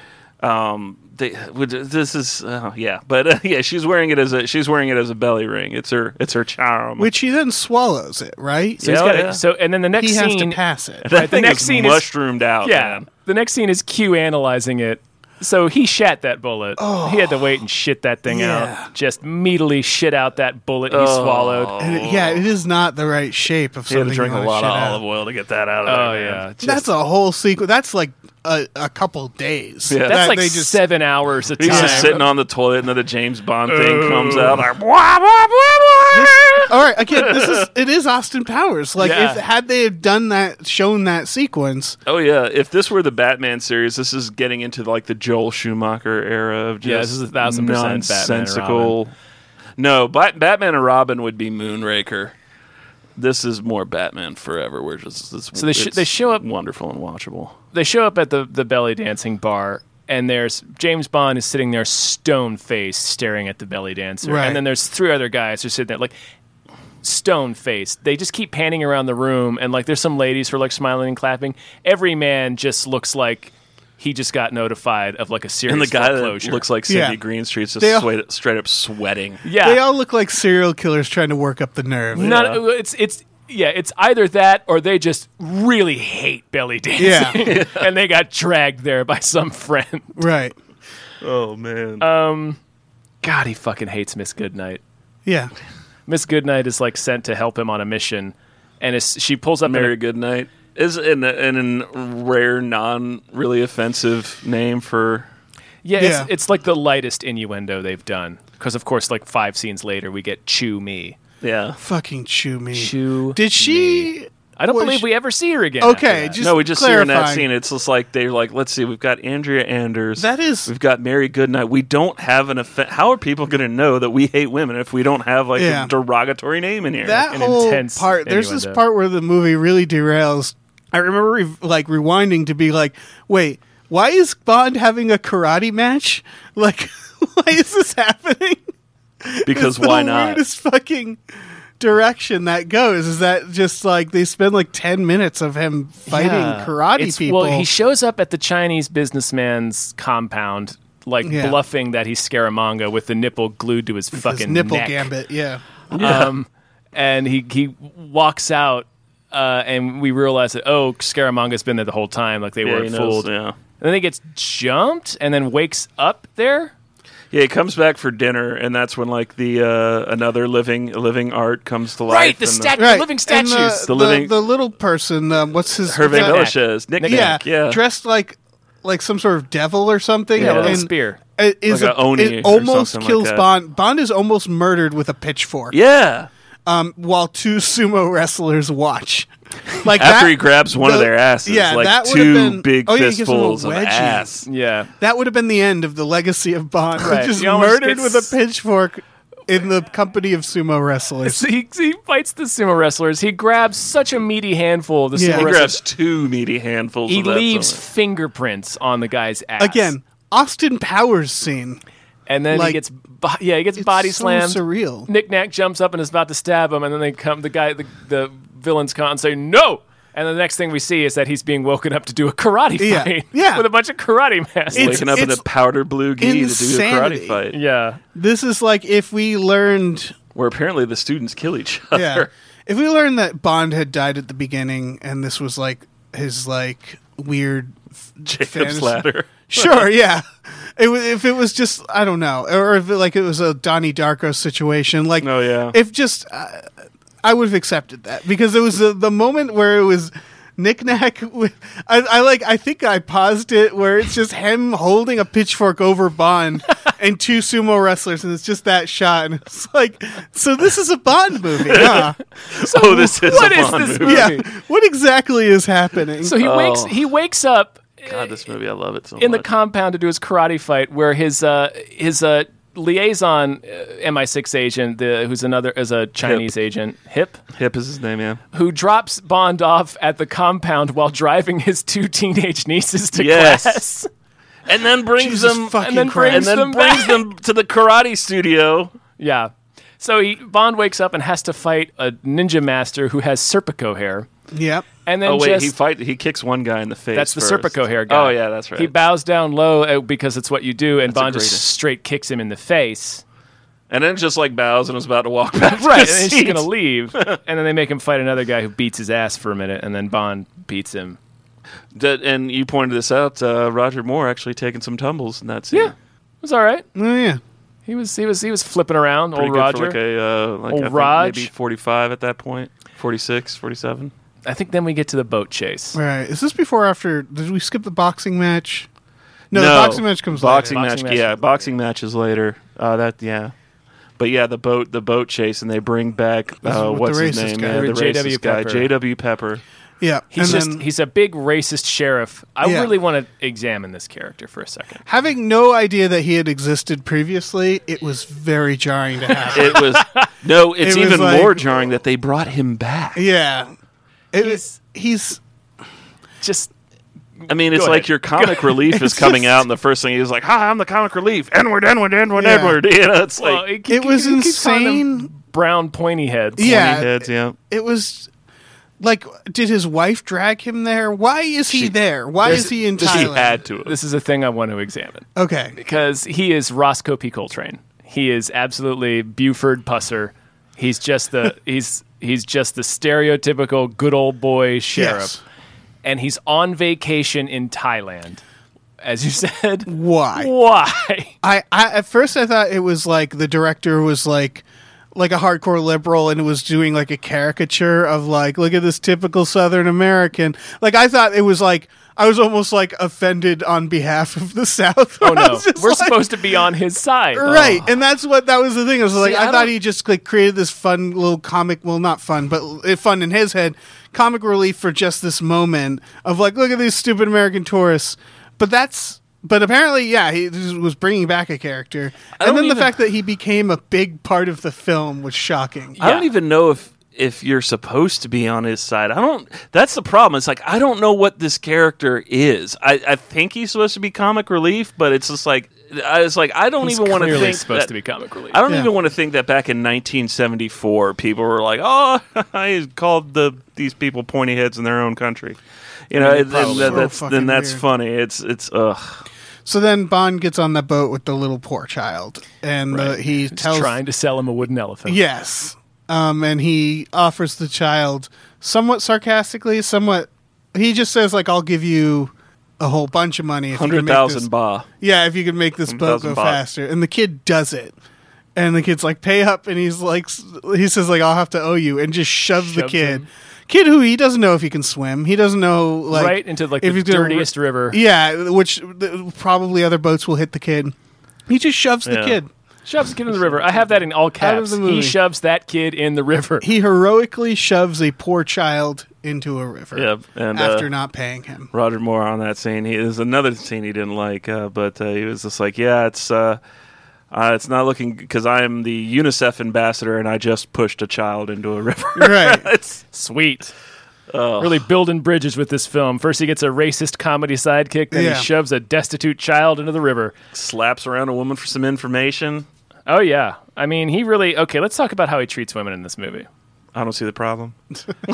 S4: Um, they, would- this is uh, yeah, but uh, yeah, she's wearing it as a she's wearing it as a belly ring. It's her it's her charm.
S3: Which he then swallows it, right?
S2: So he's
S4: Yeah,
S2: got
S4: yeah.
S2: it. So and then the next
S3: he has
S2: scene,
S3: to pass it.
S4: that
S2: the
S4: thing
S2: next
S4: is
S2: scene is-
S4: mushroomed out.
S2: yeah,
S4: man.
S2: the next scene is Q analyzing it. So he shat that bullet. he had to wait and shit that thing
S3: Oh. Yeah. Oh.
S2: out. Just meatily shit out that bullet he swallowed.
S3: And it- yeah, it is not the right shape of
S4: Oh. He had
S3: something.
S4: to
S3: you
S4: drink a
S3: wanna
S4: lot
S3: shit
S4: of
S3: out.
S4: olive oil to get that out of
S2: Oh
S4: there.
S2: yeah,
S4: man.
S2: Just-
S3: That's a whole sequence. That's like a, a couple days.
S4: Yeah.
S2: that's
S3: That
S2: like
S3: they just-
S2: seven hours of time.
S4: He's just sitting on the toilet, and then the James Bond thing comes out. Like,
S3: All right, again, this is it is Austin Powers. Like
S2: Yeah.
S3: if had they have done that, shown that sequence,
S4: oh yeah, if this were the Batman series, this is getting into like the Joel Schumacher era of just
S2: Yeah, this is a thousand percent Batman and
S4: nonsensical. No, Bat- Batman and Robin would be Moonraker. This is more Batman Forever, where just it's,
S2: So they sh-
S4: it's
S2: they show up-
S4: wonderful and watchable.
S2: they show up at the the belly dancing bar, and there's James Bond is sitting there stone faced, staring at the belly dancer,
S3: Right.
S2: and then there's three other guys who are sitting there like stone faced. They just keep panning around the room, and like there's some ladies who are like smiling and clapping. Every man just looks like. He just got notified of like a serious
S4: And the guy that
S2: foreclosure.
S4: looks like Cindy
S3: Yeah.
S4: Greenstreet's just
S3: They all-
S4: sweat- straight up sweating.
S2: yeah,
S3: They all look like serial killers trying to work up the nerve.
S2: Not, It's it's yeah. It's either that or they just really hate belly dancing,
S3: Yeah.
S2: and they got dragged there by some friend.
S3: Right.
S4: Oh man,
S2: God, he fucking hates Miss Goodnight.
S3: Yeah.
S2: Miss Goodnight is like sent to help him on a mission, and it's, she pulls up in
S4: Mary
S2: a-
S4: Goodnight is in an, an rare, non really offensive name for.
S2: yeah,
S3: Yeah.
S2: It's, it's like the lightest innuendo they've done because, of course, like five scenes later, we get "chew me."
S4: Yeah,
S3: Fucking chew me.
S2: Chew
S3: Did she?
S2: I don't
S3: was
S2: believe
S3: she-
S2: we ever see her again. after
S3: Okay.
S2: that.
S3: Just
S4: no, we just see her in that
S3: clarifying.
S4: scene. It's just like they're like, let's see, we've got Andrea Anders.
S3: That is-
S4: we've got Mary Goodnight. We don't have an offense. How are people going to know that we hate women if we don't have like
S3: Yeah.
S4: a derogatory name in here?
S3: That
S2: an
S3: whole
S2: intense
S3: part. There's this
S2: innuendo.
S3: part where the movie really derails. I remember re- like rewinding to be like, wait, why is Bond having a karate match? Like, why is this happening?
S4: because
S3: It's the
S4: why not?
S3: Weirdest fucking direction that goes is that just like they spend like 10 minutes of him fighting
S2: Yeah.
S3: karate
S2: It's-
S3: people
S2: Well, he shows up at the Chinese businessman's compound, like
S3: Yeah.
S2: bluffing that he's Scaramanga with the nipple glued to his fucking
S3: his nipple
S2: neck.
S3: gambit yeah
S2: Um, and he he walks out, uh, and we realize that oh, Scaramanga's been there the whole time. Like they
S4: Yeah, he
S2: weren't
S4: knows,
S2: fooled.
S4: yeah.
S2: and then he gets jumped and then wakes up there.
S4: Yeah, he comes back for dinner, and that's when like the uh, another living living art comes to life.
S2: Right, the
S4: and
S2: stat-
S3: Right.
S2: Living
S3: and the-
S2: statues.
S3: The,
S4: The living-
S3: the little person. Um, what's his?
S4: Hervé
S3: what's that-
S2: Knick-knack.
S4: Bellish's knick
S3: yeah,
S4: yeah.
S3: dressed like like some sort of devil or something.
S2: Yeah, with a
S3: and
S2: little spear.
S3: it Is
S4: Like a
S3: a-
S4: Oni
S3: it
S4: or
S3: almost
S4: something like
S3: kills
S4: that.
S3: Bond. Bond is almost murdered with a pitchfork.
S4: yeah.
S3: Um, while two sumo wrestlers watch. Like
S4: After
S3: that,
S4: he grabs one of
S3: the-
S4: their asses,
S3: yeah,
S4: like
S3: that would've
S4: two
S3: been-
S4: big
S3: oh, yeah, he gives him a
S4: fistfuls of
S3: wedgie.
S4: ass.
S2: Yeah,
S3: that would have been the end of the legacy of Bond.
S2: Right.
S3: Just
S2: He almost
S3: murdered
S2: gets-
S3: with a pitchfork in the company of sumo wrestlers.
S2: So he, he fights the sumo wrestlers. He grabs such a meaty handful of the
S3: Yeah.
S2: sumo
S3: He
S4: He
S2: wrestlers.
S4: grabs two meaty handfuls.
S2: he
S4: of that
S2: leaves
S4: something.
S2: fingerprints on the guy's ass
S3: Again, Austin Powers scene.
S2: and then he
S3: like-
S2: gets bo- yeah he gets
S3: It's
S2: body
S3: so
S2: slammed.
S3: surreal.
S2: Knick Knack jumps up and is about to stab him, and then they come the guy the, the villains come out and say no. And the next thing we see is that he's being woken up to do a karate
S3: Yeah.
S2: fight
S3: Yeah.
S2: with a bunch of karate masks.
S3: It's-
S4: waking up in a
S3: it's
S4: powder blue gi to do
S3: insanity.
S4: a karate fight,
S2: yeah,
S3: This is like if we learned
S4: where apparently the students kill each other.
S3: yeah. If we learned that Bond had died at the beginning and this was like his like weird f-
S4: Jacob's
S3: fantasy-
S4: ladder.
S3: Sure, yeah. It wa- if it was just I don't know, or if it, like it was a Donnie Darko situation, like
S4: Oh, yeah.
S3: if just uh, I would have accepted that because it was the, the moment where it was knickknack. With I, I like I think I paused it where it's just him holding a pitchfork over Bond and two sumo wrestlers, and it's just that shot, and it's like so this is a Bond movie, huh?
S4: oh, this is
S2: what
S4: a
S2: is
S4: Bond
S2: this
S4: movie. Oh.
S2: movie?
S3: yeah. What exactly is happening?
S2: so he wakes he wakes up
S4: God, this movie, I love it so
S2: in the
S4: much.
S2: compound to do his karate fight, where his uh, his uh, liaison uh, MI6 agent, the, who's another is a Chinese agent, hip,
S4: Hip is his name, yeah.
S2: who drops Bond off at the compound while driving his two teenage nieces to
S4: Yes.
S2: class.
S4: and then brings
S3: Jesus
S4: them
S3: fucking
S4: and then
S3: Christ.
S4: brings, and
S2: them
S4: then brings
S2: back.
S4: them to the karate studio.
S2: Yeah. So he Bond wakes up and has to fight a ninja master who has Serpico hair,
S3: yep.
S2: and then
S4: Oh wait,
S2: just.
S4: he fight he kicks one guy in the face.
S2: that's the
S4: first.
S2: Serpico hair guy.
S4: Oh yeah, that's right.
S2: He bows down low uh, because it's what you do, and
S4: a
S2: Bond just
S4: great-
S2: straight kicks him in the face.
S4: and then just like bows and is about to walk back. To
S2: Right,
S4: his
S2: and then she's
S4: seat.
S2: gonna leave, and then they make him fight another guy who beats his ass for a minute, and then Bond beats him.
S4: That- and you pointed this out. Uh, Roger Moore actually taking some tumbles in that scene.
S2: Yeah, it was all right.
S3: Oh yeah.
S2: He was he was he was flipping around,
S4: Pretty
S2: old
S4: good
S2: Roger.
S4: for like a uh, like
S2: Old
S4: I think
S2: Raj.
S4: maybe 45 at that point, 46, 47.
S2: I think then we get to the boat chase.
S3: All right. Is this before or after? Did we skip the boxing match? No,
S4: No.
S3: the boxing match comes
S4: Boxing,
S3: later.
S2: Boxing
S4: match,
S2: match
S4: yeah,
S2: is-
S4: boxing matches later. Uh, that yeah, but yeah, the boat the boat chase and they bring back
S3: is
S4: uh,
S3: with
S4: what's
S3: the
S4: his
S3: racist
S4: name?
S3: guy.
S4: Yeah, the
S2: J.W.
S4: racist guy,
S2: Pepper.
S4: J.W. Pepper.
S3: Yeah.
S2: He's
S3: and
S2: just
S3: then
S2: he's a big racist sheriff. I
S3: Yeah.
S2: really want to examine this character for a second.
S3: having no idea that he had existed previously, it was very jarring to have.
S4: It was no, it's
S3: It was
S4: even
S3: like-
S4: more jarring that they brought him back.
S3: yeah. It,
S2: He's-
S3: he's he's
S2: Just
S4: I mean, it's
S2: Go
S4: like
S2: ahead.
S4: your comic relief is coming out, and the first thing he's like, "Hi, I'm the comic relief." Edward, Edward, Edward,
S3: Yeah.
S4: Edward. You know, it's like
S2: well, he ke-
S3: it was
S2: he keeps calling them
S3: insane.
S2: Brown pointy heads.
S3: yeah.
S4: heads, yeah.
S3: It was like, did his wife drag him there? Why is he there? Why is he in
S4: She
S3: Thailand?
S4: had to.
S2: This is a thing I want to examine
S3: okay.
S2: because he is Roscoe P. Coltrane. He is absolutely Buford Pusser. He's just the he's he's just the stereotypical good old boy sheriff,
S3: Yes.
S2: and he's on vacation in Thailand, as you said.
S3: Why?
S2: Why?
S3: I, I at first I thought it was like the director was like like a hardcore liberal and was doing like a caricature of like look at this typical southern american like i thought it was like i was almost like offended on behalf of the south
S2: Oh
S3: I
S2: no,
S3: was just
S2: we're
S3: like-
S2: supposed to be on his side,
S3: right and that's what that was the thing i was like
S2: See,
S3: i,
S2: I
S3: thought
S2: don't-
S3: he just like created this fun little comic well not fun but uh, fun in his head comic relief for just this moment of like look at these stupid american tourists but that's but apparently yeah he just was bringing back a character and
S4: don't
S3: then the
S4: even-
S3: fact that he became a big part of the film was shocking
S4: I don't
S2: Yeah.
S4: even know if if you're supposed to be on his side. I don't. That's the problem. It's like I don't know what this character is. I, I think he's supposed to be comic relief, but it's just like I was like I don't
S2: He's
S4: even want to
S2: clearly
S4: think
S2: supposed
S4: that-
S2: to be comic relief.
S4: I don't
S3: Yeah.
S4: even want to think that back in 1974, people were like, "Oh, he called the these people pointy heads in their own country." You know, and- and
S2: probably
S4: that-
S3: were.
S4: that's,
S3: So fucking
S4: then that's
S3: weird.
S4: funny. It's it's ugh.
S3: so then bond gets on the boat with the little poor child and uh, he
S2: He's
S3: tells
S2: trying to sell him a wooden elephant.
S3: Yes. Um, and he offers the child somewhat sarcastically, somewhat. He just says, like, I'll give you a whole bunch of money. If you could
S4: Hundred
S3: make this-
S4: thousand ba.
S3: Yeah, if you could make this boat
S4: 1,000
S3: go
S4: baht.
S3: faster. And the kid does it. And the kid's like, pay up. And he's like, he says, like, I'll have to owe you. And just shoves, the
S2: Shoves
S3: kid.
S2: him.
S3: Kid who he doesn't know if he can swim. He doesn't know, like,
S2: right into like
S3: if
S2: the
S3: he's gonna-
S2: dirtiest river.
S3: Yeah, which th- probably other boats will hit the kid. He just shoves the
S4: Yeah.
S3: kid.
S2: Shoves the kid in the river. I have that in all
S3: Out of
S2: caps.
S3: the movie.
S2: He shoves that kid in the river.
S3: He heroically shoves a poor child into a river
S4: Yeah, and uh,
S3: after not paying him.
S4: Roger Moore on that scene. He is another scene he didn't like, uh, but uh, he was just like, "Yeah, it's uh, uh, it's not looking because I am the UNICEF ambassador and I just pushed a child into a river."
S3: Right.
S4: it's
S2: Sweet. Really building bridges with this film. First, he gets a racist comedy sidekick, then
S3: Yeah.
S2: he shoves a destitute child into the river.
S4: slaps around a woman for some information.
S2: Oh, yeah. I mean, he really. Okay, let's talk about how he treats women in this movie.
S4: I don't see the problem.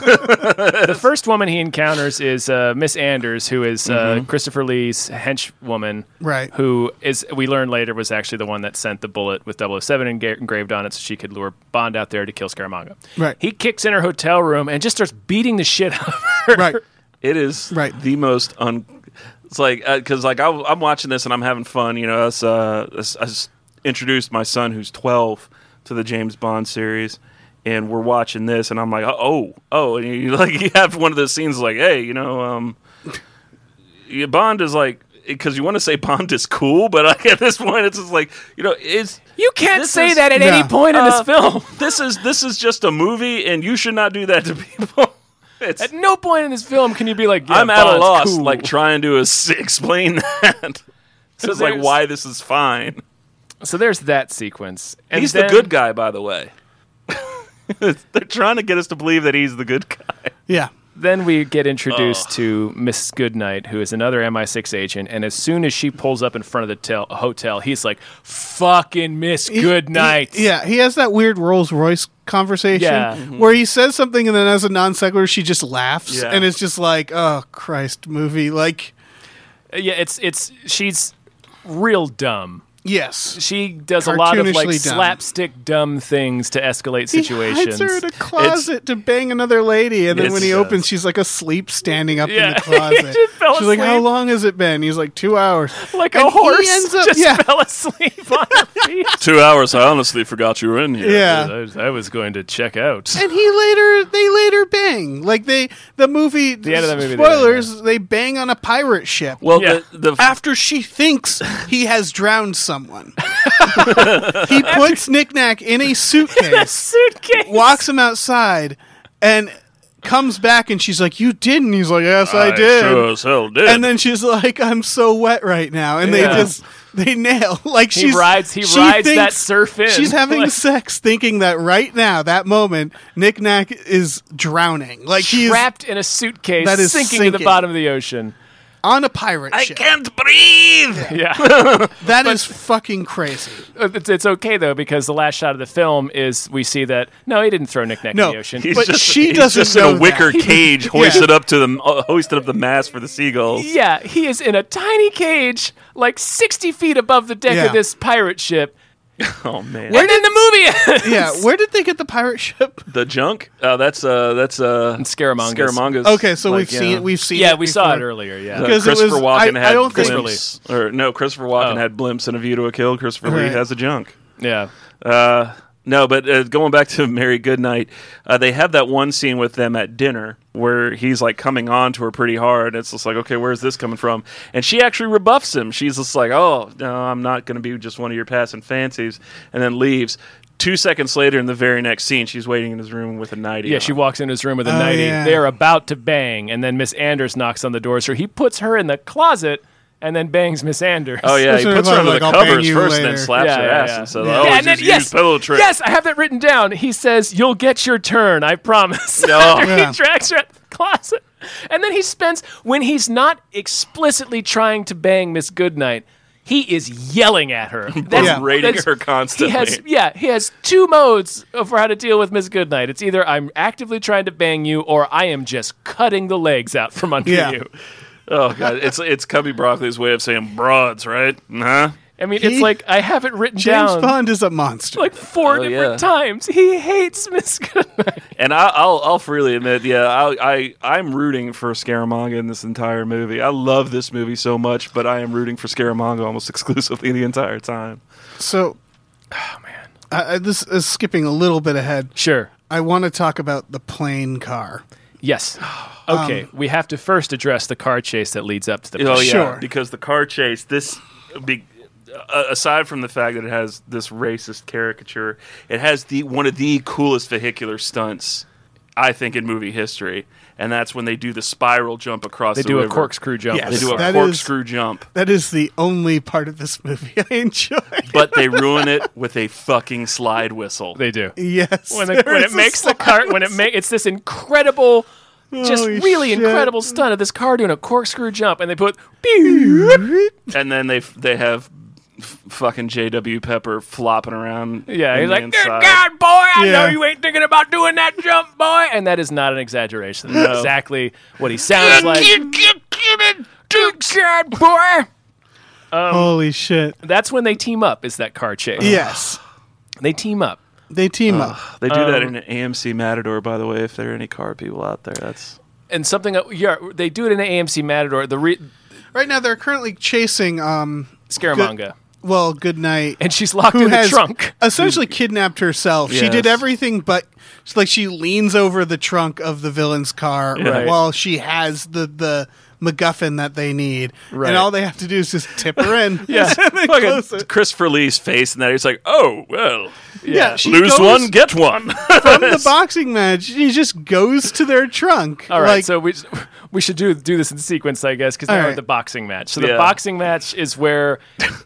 S2: The first woman he encounters is uh, Miss Anders, who is uh, Christopher Lee's henchwoman.
S3: Right.
S2: Who is, we learn later, was actually the one that sent the bullet with 007 enga- engraved on it so she could lure Bond out there to kill Scaramanga.
S3: Right.
S2: He kicks in her hotel room and just starts beating the shit out of her.
S3: Right.
S4: It is
S3: Right.
S4: the most un. It's like because like I, I'm watching this and I'm having fun. You know, us, uh, us- I s- introduced my son who's 12 to the James Bond series, and we're watching this, and I'm like, oh, oh, and you like you have one of those scenes like, hey, you know, um, you- Bond is like. Because you want to say Bond is cool, but like, at this point, it's just like you know, it's
S2: You can't
S4: This
S2: say
S4: is-
S2: that at
S3: Yeah.
S2: any point in this
S4: Uh,
S2: film.
S4: this is this is just a movie, and you should not do that to people. It's,
S2: At no point in this film can you be like, yeah,
S4: I'm at a
S2: Bond's
S4: loss,
S2: cool.
S4: like trying to es- explain that. so it's like
S2: there's-
S4: why this is fine.
S2: so there's that sequence. And
S4: he's
S2: then-
S4: the good guy, by the way. They're trying to get us to believe that he's the good guy.
S3: Yeah.
S2: Then we get introduced to Miss Goodnight, who is another MI6 agent. And as soon as she pulls up in front of the tel- hotel, he's like, "Fucking Miss Goodnight."
S3: He- yeah, he has that weird Rolls Royce conversation
S2: Yeah.
S3: where he says something and then as a non sequitur she just laughs
S4: Yeah.
S3: and it's just like, oh Christ, movie. Like,
S2: yeah. It's it's she's real dumb.
S3: yes,
S2: She does a lot of like
S3: Cartoonishly dumb.
S2: slapstick dumb things to escalate
S3: He
S2: situations. uh,
S3: hides her in a closet to bang another lady, and then
S4: It's-
S3: when he
S4: yeah.
S3: opens, she's like asleep, standing up in
S2: Yeah. He
S3: the closet.
S2: just fell
S3: she's like, "How
S2: asleep.
S3: long has it been?" He's like, two hours."
S2: like
S3: And
S2: a
S3: he
S2: horse
S3: ends up-
S2: just
S3: yeah.
S2: fell asleep on her feet.
S5: Two hours. I honestly forgot you were in here.
S3: Yeah.
S2: I, was- I was going to check out.
S3: and he later they later bang like they the movie the
S2: end of the movie, they bang,
S3: spoilers they, bang on a pirate ship
S4: Well,
S2: Yeah.
S4: the, the
S3: after she thinks he has drowned someone he puts knickknack in a suitcase
S2: Suitcase.
S3: walks him outside and comes back and she's like you didn't he's like yes i, did
S5: Sure as hell did.
S3: and then she's like i'm so wet right now and
S2: Yeah.
S3: they just they nail like
S2: He
S3: she's
S2: rides- he
S3: she
S2: rides that
S3: thinks
S2: surf in.
S3: she's having
S2: Like-
S3: sex thinking that right now that moment knickknack is drowning like he's
S2: trapped in a suitcase
S3: That is
S2: sinking, to the
S3: sinking.
S2: bottom of the ocean.
S3: on a pirate
S5: I
S3: ship
S5: can't breathe.
S2: Yeah.
S3: That is fucking crazy
S2: Uh, it's, it's okay though because the last shot of the film is we see that no, he didn't throw Nick Nack
S3: No,
S2: in the ocean.
S3: But
S5: just,
S3: she
S5: he's
S3: doesn't
S5: just in a
S3: know
S5: wicker
S3: that.
S5: cage, hoisted up to the uh, hoisted up the mast for the seagulls.
S2: yeah, he is in a tiny cage like 60 feet above the deck
S3: Yeah.
S2: of this pirate ship.
S4: oh man,
S2: And then the movie ends.
S3: yeah where did they get the pirate ship
S4: the junk. Uh, that's uh, that's uh,
S2: Scaramanga's.
S4: Scaramanga's.
S3: okay so
S4: like,
S3: we've
S4: yeah.
S3: seen it we've seen
S2: Yeah, we saw it
S3: before.
S2: earlier. Yeah.
S4: Uh,
S3: 'Cause it was-
S4: Christopher Walken
S3: I- I
S4: had
S3: don't think-
S4: blimps, or no, Christopher Walken
S2: Oh.
S4: had blimps in A View to a Kill. Christopher Lee
S3: Right.
S4: has a junk.
S2: yeah.
S4: Uh, no, but uh, going back to Mary Goodnight, uh, they have that one scene with them at dinner where he's like coming on to her pretty hard. It's just like, okay, where's this coming from? And she actually rebuffs him. She's just like, oh, no, I'm not going to be just one of your passing fancies, and then leaves. Two seconds later, in the very next scene, she's waiting in his room with a nightie.
S2: Yeah,
S4: on.
S2: she walks into his room with a
S3: Oh,
S2: nightie.
S3: yeah.
S2: They're about to bang, and then Miss Anders knocks on the door. So he puts her in the closet and then bangs Miss Anders.
S4: Oh yeah, he
S3: Especially
S4: puts
S3: if
S4: her
S3: I'm
S4: under
S3: like,
S4: the
S3: I'll bang
S4: covers
S3: you
S4: first, and
S3: later.
S4: then slaps
S2: Yeah,
S4: her
S2: yeah,
S4: ass
S2: yeah.
S4: and says,
S2: Yeah.
S4: "Oh,
S2: Yeah,
S4: yeah,
S2: and then- yes,
S5: pillow trick.
S2: Yes, I have that written down. He says, "You'll get your turn, I promise."
S4: No.
S2: After
S3: Yeah.
S2: he drags her out of the closet, and then he spends when he's not explicitly trying to bang Miss Goodnight, he is yelling at her, that's,
S3: Yeah.
S4: Berating
S2: that's-
S4: her
S2: He
S4: constantly."
S2: has yeah, he has two modes for how to deal with Miss Goodnight. It's either I'm actively trying to bang you, or I am just cutting the legs out from under
S3: Yeah.
S2: you.
S4: oh god, it's it's Cubby Broccoli's way of saying broads, right? Huh?
S2: I mean, it's
S3: He-
S2: like I have it written
S3: James
S2: down
S3: Bond is a monster.
S2: like four
S5: Oh,
S2: different
S5: yeah.
S2: times. He hates Miss Goodnight.
S4: And I, I'll I'll freely admit, yeah, I, I I'm rooting for Scaramanga in this entire movie. I love this movie so much, but I am rooting for Scaramanga almost exclusively the entire time.
S3: so, oh man, I, I, this is skipping a little bit ahead.
S2: Sure.
S3: I want to talk about the plane car.
S2: Yes.
S3: Um,
S2: Okay. we have to first address the car chase that leads up to the.
S4: Oh yeah,
S3: Sure.
S4: because the car chase. This, be, uh, aside from the fact that it has this racist caricature, it has the one of the coolest vehicular stunts I think in movie history, and that's when they do the spiral jump across.
S2: They
S4: the
S2: do a
S4: river.
S2: corkscrew jump.
S4: They do a
S3: That is-
S4: corkscrew jump,
S3: That is the only part of this movie I enjoy.
S4: but they ruin it with a fucking slide whistle.
S2: They do.
S3: yes,
S2: when,
S3: there
S2: the, when
S3: is
S2: it
S3: a
S2: makes the
S3: slide
S2: car when it
S3: whistle.
S2: make it's this incredible just
S3: Holy
S2: really
S3: shit.
S2: incredible stunt of this car doing a corkscrew jump and they put yeah
S4: and then they they have f- fucking J.W. Pepper flopping around. in
S2: he's
S4: the
S2: like good
S4: inside.
S2: god boy i
S3: Yeah.
S2: know you ain't thinking about doing that jump boy and that is not an exaggeration That's exactly what he sounds like good god boy
S3: Holy shit!
S2: that's when they team up is that car chase
S3: Yes,
S2: they team up
S3: they team up.
S4: They do that
S2: Um,
S4: in an AMC Matador, by the way. If there are any car people out there, that's
S2: and something uh, yeah they do it in an amc matador the re-
S3: Right now, they're currently chasing. Um,
S2: scaramanga
S3: well, good night.
S2: and she's locked
S3: who
S2: in the
S3: has
S2: trunk
S3: essentially kidnapped herself. She did
S4: Yes.
S3: everything but it's like she leans over the trunk of the villain's car
S2: Right.
S3: while she has the the MacGuffin that they need,
S2: Right.
S3: and all they have to do is just tip her in.
S2: yeah
S3: Close
S4: fucking
S3: it.
S4: Christopher Lee's face in that. He's like, oh well,
S3: yeah. She
S4: lose
S3: goes
S4: one, get one.
S3: from the boxing match. She just goes to their trunk.
S2: All right,
S3: like,
S2: so we we should do do this in sequence, I guess, because now
S3: All
S2: we're
S3: right.
S2: at the boxing match. So the
S4: Yeah.
S2: boxing match is where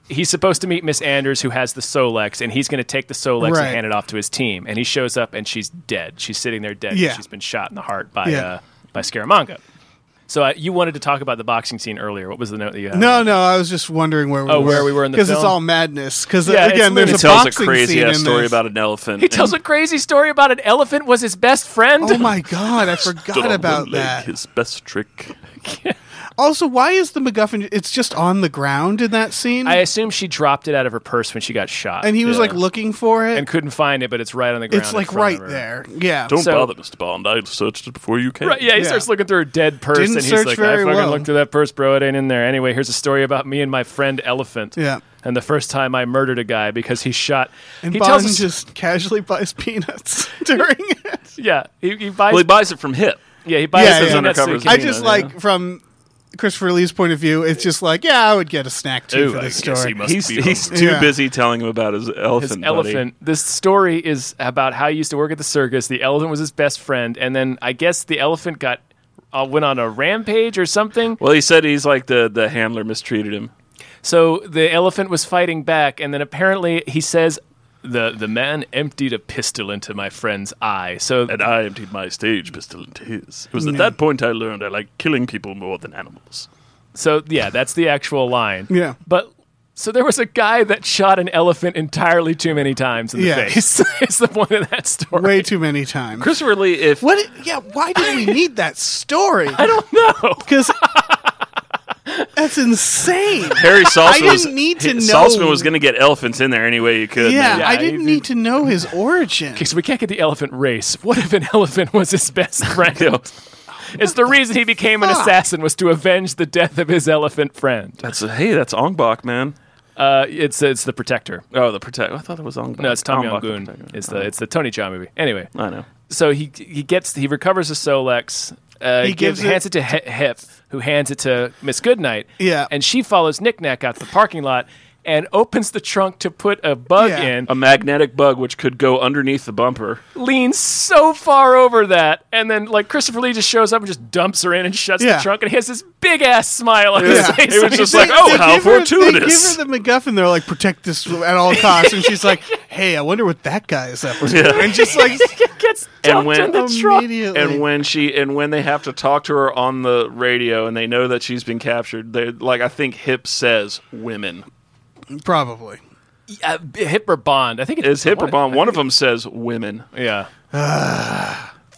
S2: he's supposed to meet Miss Anders, who has the Solex, and he's going to take the Solex
S3: Right.
S2: and hand it off to his team. And he shows up, and she's dead. She's sitting there dead. 'cause
S3: Yeah.
S2: she's been shot in the heart by
S3: Yeah.
S2: uh, by Scaramanga. So uh, you wanted to talk about the boxing scene earlier. What was the note that you had?
S3: no, no, I was just wondering where we
S2: Oh,
S3: were.
S2: where we were in the
S3: because it's
S2: film?
S3: all madness. Because
S2: Yeah, it's
S3: again, there's
S2: literally-
S3: a
S2: He
S4: tells a
S3: boxing
S4: crazy
S3: scene
S4: ass
S3: in
S4: story
S3: this.
S4: about an elephant.
S2: He tells a crazy story about an elephant was his best friend.
S3: Oh my god, I forgot about that.
S4: His best trick.
S3: Also, why is the MacGuffin? It's just on the ground in that scene,
S2: I assume she dropped it out of her purse when she got shot
S3: and
S2: and,
S3: he was
S4: Yeah.
S3: like looking for it.
S2: couldn't find it, but it's right on the ground.
S3: it's
S2: in
S3: like
S2: front
S3: right
S2: of her.
S3: there. Yeah.
S4: Don't
S2: So-
S4: bother, Mr. Bond. I searched it before you came.
S2: Right, yeah, he
S3: Yeah.
S2: starts looking through her dead purse
S3: Didn't
S2: and he's
S3: search
S2: like, I
S3: very
S2: fucking
S3: well."
S2: looked through that purse, bro. It ain't in there. Anyway, here's a story about me and my friend Elephant.
S3: Yeah.
S2: And the first time I murdered a guy because he shot.
S3: And
S2: he
S3: Bond
S2: tells us.
S3: just casually buys peanuts during it.
S2: yeah, he, he buys.
S4: Well, he buys it from Hip.
S2: yeah, he buys
S3: Yeah,
S2: those
S3: yeah.
S2: peanuts so he
S4: Undercovers
S2: can
S3: I
S2: eat
S4: Peanut,
S3: just
S2: them.
S3: like from Christopher Lee's point of view, it's just like, yeah, I would get a snack too
S2: Ooh,
S3: for
S2: I
S3: this
S2: guess
S3: story.
S2: he must
S4: He's,
S2: be
S4: he's
S2: hungry.
S4: too
S3: Yeah.
S4: busy telling him about his
S2: His
S4: elephant. buddy.
S2: elephant. This story is about how he used to work at the circus. The elephant was his best friend, and then I guess the elephant got uh, went on a rampage or something.
S4: Well, he said he's like the the handler mistreated him.
S2: So the elephant was fighting back, and then apparently he says, "the The man emptied a pistol into my friend's eye." So
S5: And I emptied my stage pistol into his. It was at that point I learned I like killing people more than animals.
S2: So yeah, that's the actual line.
S3: Yeah.
S2: But so there was a guy that shot an elephant entirely too many times in the
S3: Yes.
S2: face. it's the point of that story.
S3: Way too many times.
S4: Christopher Lee, if
S3: What? i- Yeah. Why did we need that story? I
S2: don't know.
S3: because that's insane.
S4: Harry Saltzman
S3: didn't
S4: was,
S3: need to
S4: he-
S3: know-
S4: Saltzman was going to get elephants in there any way you could.
S3: Yeah,
S4: man.
S2: Yeah,
S3: I didn't
S2: he-
S3: need to know his origin.
S2: Okay, so we can't get the elephant race. What if an elephant was his best friend?
S4: You know,
S2: It's the reason he became an
S3: fuck?
S2: assassin was to avenge the death of his elephant friend.
S4: that's hey, that's Ongbok, man.
S2: Uh, it's it's the protector.
S4: Oh, the protect. I thought it was Ongbok.
S2: No, it's Tom
S4: Ongbok,
S2: Yong
S4: the
S2: Goon.
S4: Protector. Uh-huh.
S2: It's the it's the Tony Jaa movie. Anyway,
S4: I know.
S2: so he he gets he recovers the Solex. Uh,
S3: He
S2: gives,
S3: gives it-
S2: hands it to Hi- Hip, who hands it to Miss Goodnight.
S3: Yeah.
S2: and she follows Knick Knack out to the parking lot and opens the trunk to put a bug
S3: Yeah.
S2: in.
S4: A magnetic bug which could go underneath the bumper.
S2: leans so far over that, and then like Christopher Lee just shows up and just dumps her in and shuts
S3: Yeah.
S2: the trunk, and he has this big ass smile on his
S4: Yeah.
S2: face.
S4: It was
S2: and he's
S4: just like, oh, how
S3: give her-
S4: fortuitous.
S3: They give her the MacGuffin. They're like, protect this at all costs. And she's like, hey, I wonder what that guy is up to. And just like
S2: gets
S4: And
S2: dumped
S4: when-
S2: in the trunk.
S3: immediately.
S4: And when she and when they have to talk to her on the radio and they know that she's been captured, they like I think Hip says women.
S3: Probably.
S2: Uh, hip or bond? I think it
S4: Is
S2: is
S4: Hip or Bond? One of them says women.
S2: Yeah.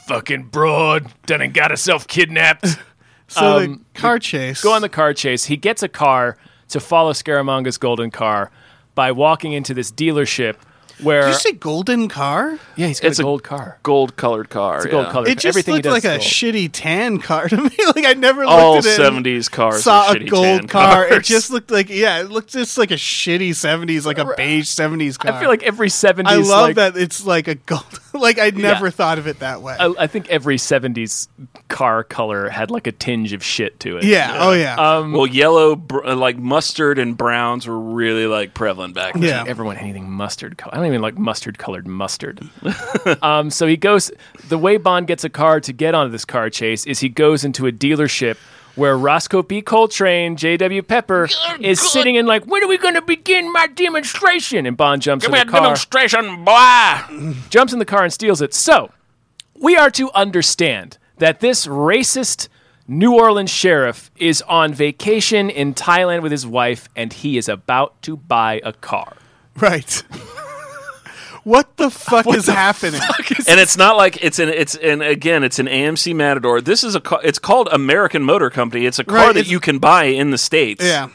S2: Fucking broad, done and got herself kidnapped.
S3: So
S2: Um,
S3: the car chase.
S2: go on the car chase. He gets a car to follow Scaramanga's golden car. by walking into this dealership where
S3: Did you say golden car?
S2: yeah, he's got
S4: It's
S2: a
S4: a-
S2: gold car.
S4: Gold colored car.
S2: It's a gold
S4: yeah.
S2: color.
S3: It just
S2: Everything he
S3: looked
S2: does
S3: like
S2: is
S3: a
S2: gold.
S3: shitty tan car to me. Like I never looked
S4: All
S3: at it. and
S4: seventies cars.
S3: Saw
S4: were
S3: a
S4: shitty tan
S3: gold car. It
S4: cars.
S3: just looked like yeah, it looked just like a shitty '70s, like a beige '70s car.
S2: I feel like every 70s
S3: I love
S2: like,
S3: that it's like a gold. like I never thought of it that way.
S2: I, I think every 70s car color had like a tinge of shit to it.
S3: yeah, Oh yeah.
S4: well, yellow, br- uh, like mustard and browns were really like prevalent back then.
S3: yeah.
S2: Everyone anything mustard color. I don't even like mustard colored mustard. um, so he goes. The way Bond gets a car to get onto this car chase is he goes into a dealership where Roscoe B. Coltrane, J.W. Pepper is sitting in like, when are we going to begin my demonstration? And Bond jumps in the car,
S4: demonstration, boy.
S2: jumps in the car and steals it. So we are to understand that this racist. New Orleans sheriff is on vacation in Thailand with his wife, and he is about to buy a car.
S3: Right. what the fuck is happening?
S4: And it's not like it's an it's and again it's an AMC Matador. This is a car, it's called American Motor Company. It's a car
S3: Right,
S4: that
S3: it's-
S4: you can buy in the states.
S3: Yeah.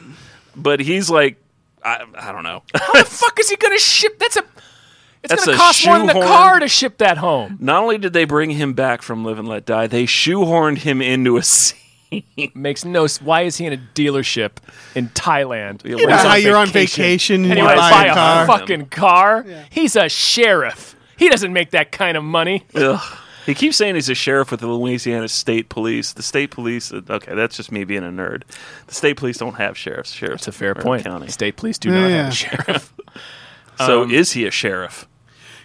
S4: but he's like, I, I don't know.
S2: How the fuck is he going to ship? That's a. It's
S4: That's
S2: going
S4: a
S2: to cost more than the
S4: shoehorn.
S2: car to ship that home.
S4: not only did they bring him back from Live and Let Die, they shoehorned him into a scene.
S2: Makes no. s- Why is he in a dealership in Thailand?
S4: You
S3: You know
S4: He's
S3: how
S4: on
S3: you're on
S4: vacation.
S3: vacation and
S2: And
S3: you
S2: he
S4: Why
S2: would
S4: is
S3: buy
S2: buy
S3: a
S2: a
S3: car.
S2: fucking car. He's a sheriff. He doesn't make that kind of money.
S4: Ugh. He keeps saying he's a sheriff with the Louisiana State Police. The state police, okay, that's just me being a nerd. The state police don't have sheriffs. Sheriffs,
S2: It's a fair
S4: are
S2: point.
S4: County.
S2: State Um, police do not
S3: Yeah.
S2: have a sheriff.
S4: So is he a sheriff?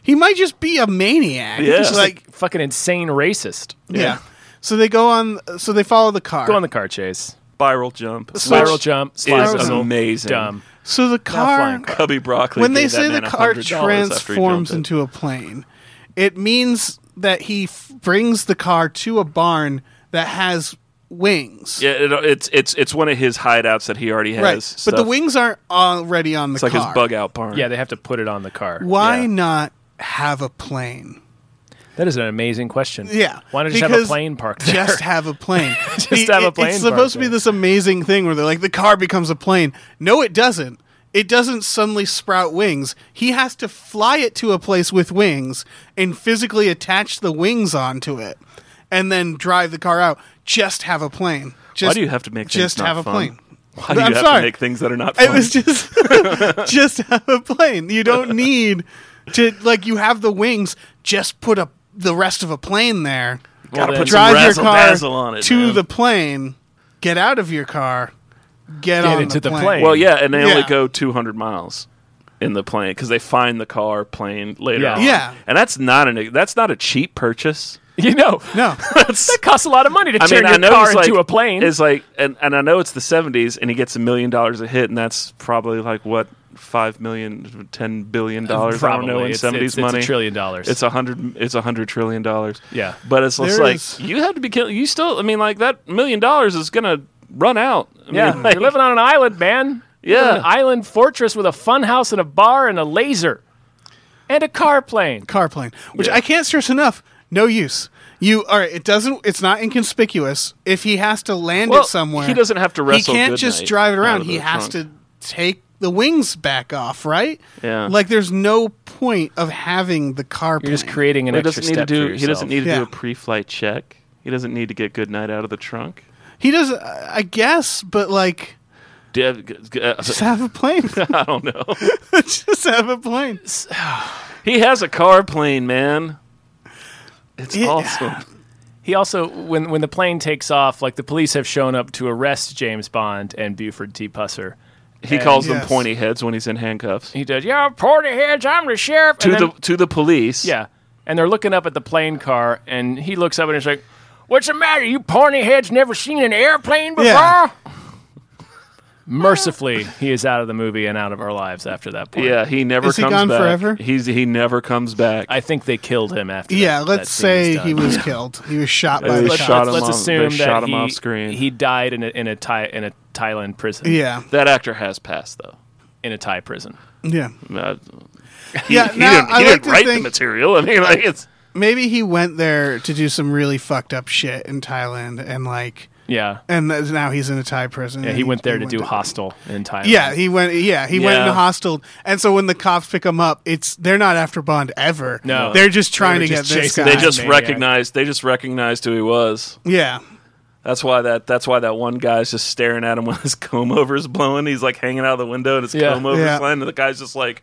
S3: He might just be a maniac.
S4: Yeah.
S3: Just like
S2: Fucking insane racist.
S3: yeah. So they go on. So they follow the car.
S2: Go on the car chase.
S4: Spiral jump.
S2: Spiral
S4: Which
S2: jump.
S4: is
S2: Spiral jump.
S4: amazing.
S2: Dumb.
S3: so the car.
S2: flying
S4: Cubby broccoli.
S3: When they
S4: gave that
S3: say the
S4: man
S3: car
S4: $100 after he jumped
S3: transforms
S4: it.
S3: into a plane, it means that he f- brings the car to a barn that has wings.
S4: yeah, it, it's it's it's one of his hideouts that he already has.
S3: Right. But the
S4: stuff.
S3: wings aren't already on the
S4: It's like
S3: car.
S4: his bug out barn.
S2: Yeah, they have to put it on the car.
S3: Why
S4: Yeah.
S3: not have a plane?
S2: That is an amazing question.
S3: Yeah,
S2: Why don't you just have a
S3: because
S2: plane parked there?
S3: Just have a plane.
S2: Just have a plane
S3: It's supposed to
S2: parked
S3: be
S2: there.
S3: this amazing thing where they're like, the car becomes a plane. No, it doesn't. It doesn't suddenly sprout wings. He has to fly it to a place with wings and physically attach the wings onto it, and then drive the car out. Just have a plane. Just,
S4: Why do you have to make things
S3: just
S4: not
S3: have a
S4: fun?
S3: plane?
S4: Why do you
S3: I'm
S4: have
S3: sorry.
S4: to make things that are not? Fun?
S3: It was just just have a plane. You don't need to like you have the wings. Just put a the rest of a plane there.
S4: Gotta
S2: Well,
S4: put
S2: then-
S4: some
S3: Drive your
S4: razzle
S3: car
S4: dazzle on it
S3: to
S4: man.
S3: the plane. Get out of your car. Get, on
S2: into the
S3: the plane.
S2: plane.
S4: Well, yeah, and they only
S3: Yeah.
S4: go 200 miles in the plane because they find the car plane later
S2: Yeah.
S4: on.
S3: Yeah.
S4: and that's not an that's not a cheap purchase.
S2: You know.
S3: No,
S2: That costs a lot of money to
S4: I
S2: turn
S4: mean, I
S2: your
S4: know
S2: car
S4: he's like,
S2: into a plane.
S4: It's like, and, and I know it's the 70s, and he gets a million dollars a hit, and that's probably like what five million, ten billion dollars. I don't know in
S2: It's-
S4: 70s
S2: it's- it's a
S4: money.
S2: trillion dollars.
S4: It's a hundred. It's a hundred trillion dollars.
S2: Yeah.
S4: but it's just
S3: There
S4: like
S3: is-
S4: you have to be killing. You still, I mean, like that million dollars is gonna run out. I mean,
S2: yeah,
S4: like-
S2: you're living on an island, man. You live in
S4: Yeah.
S2: an island fortress with a fun house and a bar and a laser and a car plane.
S3: car plane. Which I can't stress enough. No use. You all right? It doesn't. It's not inconspicuous. If he has to land
S4: Well,
S3: it somewhere,
S4: he doesn't have to wrestle
S3: He can't
S4: Goodnight
S3: just drive it
S4: out
S3: around.
S4: of
S3: He
S4: the
S3: has
S4: trunk.
S3: to take the wings back off. Right?
S4: Yeah.
S3: Like there's no point of having the car
S2: You're
S3: plane.
S2: just creating an
S4: He
S2: extra
S4: doesn't need to
S2: step
S4: do.
S2: for
S4: He doesn't
S2: yourself.
S4: need to do
S3: Yeah.
S4: a pre-flight check. He doesn't need to get good night out of the trunk.
S3: he does. uh, I guess, but like,
S4: Dev, g- g- uh,
S3: just have a plane.
S4: I don't know.
S3: just have a plane.
S4: He has a car plane, man. It's
S3: Yeah.
S4: awesome.
S2: He also, when when the plane takes off, like the police have shown up to arrest James Bond and Buford T. Pusser.
S4: He calls them
S3: Yes.
S4: pointy heads when he's in handcuffs.
S2: He does, yeah, party heads, I'm the sheriff.
S4: to
S2: and then-
S4: the to the police.
S2: yeah, and they're looking up at the plane car, and he looks up and he's like, "What's the matter? You pointy heads never seen an airplane before?"
S3: Yeah.
S2: Mercifully, he is out of the movie and out of our lives after that point.
S4: yeah. He never
S3: Is he
S4: comes
S3: gone
S4: back.
S3: forever?
S4: He's he never comes back.
S2: I think they killed him after.
S3: Yeah,
S2: that- that
S3: let's
S2: scene
S3: say
S2: done.
S3: he was killed. He was shot by
S4: They
S3: the
S2: Let's,
S4: shot
S3: shot.
S4: him
S2: let's, let's
S4: off-
S2: assume
S4: they
S2: that
S4: shot him
S2: he,
S4: off screen.
S2: he died in a in a Thai in a Thailand prison.
S3: Yeah,
S4: that actor has passed though.
S2: in a Thai prison.
S3: yeah,
S4: Uh,
S3: yeah.
S4: he
S3: now,
S4: didn't,
S3: I like
S4: he didn't
S3: to
S4: write the
S3: think
S4: material. I mean, like it's
S3: maybe he went there to do some really fucked up shit in Thailand, and like
S2: Yeah.
S3: and that's- now he's in a Thai prison.
S2: Yeah,
S3: and
S2: he went there to
S3: went
S2: do Hostel in Thailand.
S3: Yeah, he went. Yeah, he went in
S4: Yeah.
S3: a hostel, and so when the cops pick him up, it's they're not after Bond ever.
S2: No.
S3: they're just trying
S2: They were
S3: to
S2: just
S3: get this
S2: chasing-
S3: guy.
S2: they
S4: They just
S2: maniac.
S4: recognized. They just recognized who he was.
S3: yeah,
S4: That's why that. That's why that one guy's just staring at him when his comb over is blowing. He's like hanging out of the window and his
S2: Yeah.
S4: comb over
S3: Yeah.
S4: is flying, and the guy's just like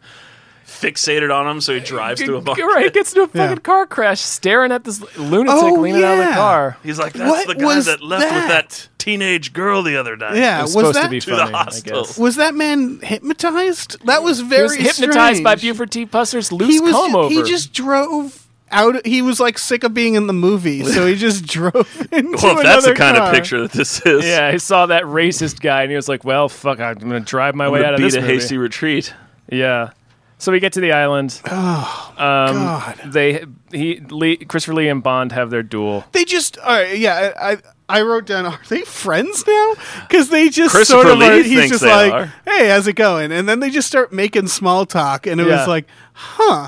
S4: fixated on him. So he drives through a bar.
S2: Right, gets into a fucking
S3: Yeah.
S2: car crash, staring at this lunatic
S3: Oh,
S2: leaning out of the
S3: yeah.
S2: car.
S4: He's like, "That's
S3: What
S4: the guy
S3: was
S4: that left with
S3: that?"
S4: that teenage girl the other night."
S3: yeah.
S2: It
S3: Was,
S2: was, supposed
S3: that
S2: to be
S4: the
S2: funny, I
S4: hostel.
S2: guess.
S3: was that man hypnotized? That was
S2: He
S3: very
S2: was hypnotized by
S3: strange.
S2: Buford T. Pusser's loose
S3: He was.
S2: comb over.
S3: He just drove out. He was like sick of being in the movie, so he just drove into
S4: Well, if that's the
S3: another
S4: kind
S3: car.
S4: of picture that this is.
S2: yeah, he saw that racist guy and he was like, "Well, fuck, I'm gonna drive my
S4: I'm
S2: way
S4: gonna
S2: out of
S4: beat
S2: this
S4: a
S2: movie."
S4: hasty retreat.
S2: Yeah. So we get to the island. Oh, um,
S3: God.
S2: They he Lee, Christopher Lee and Bond have their duel.
S3: They just. Uh, yeah, I. I I wrote down, are they friends now? Because they just
S4: Christopher
S3: sort of
S4: Lee
S3: are, he's
S4: thinks
S3: just
S4: they
S3: like,
S4: are.
S3: hey, how's it going? And then they just start making small talk, and it
S2: Yeah.
S3: was like, huh,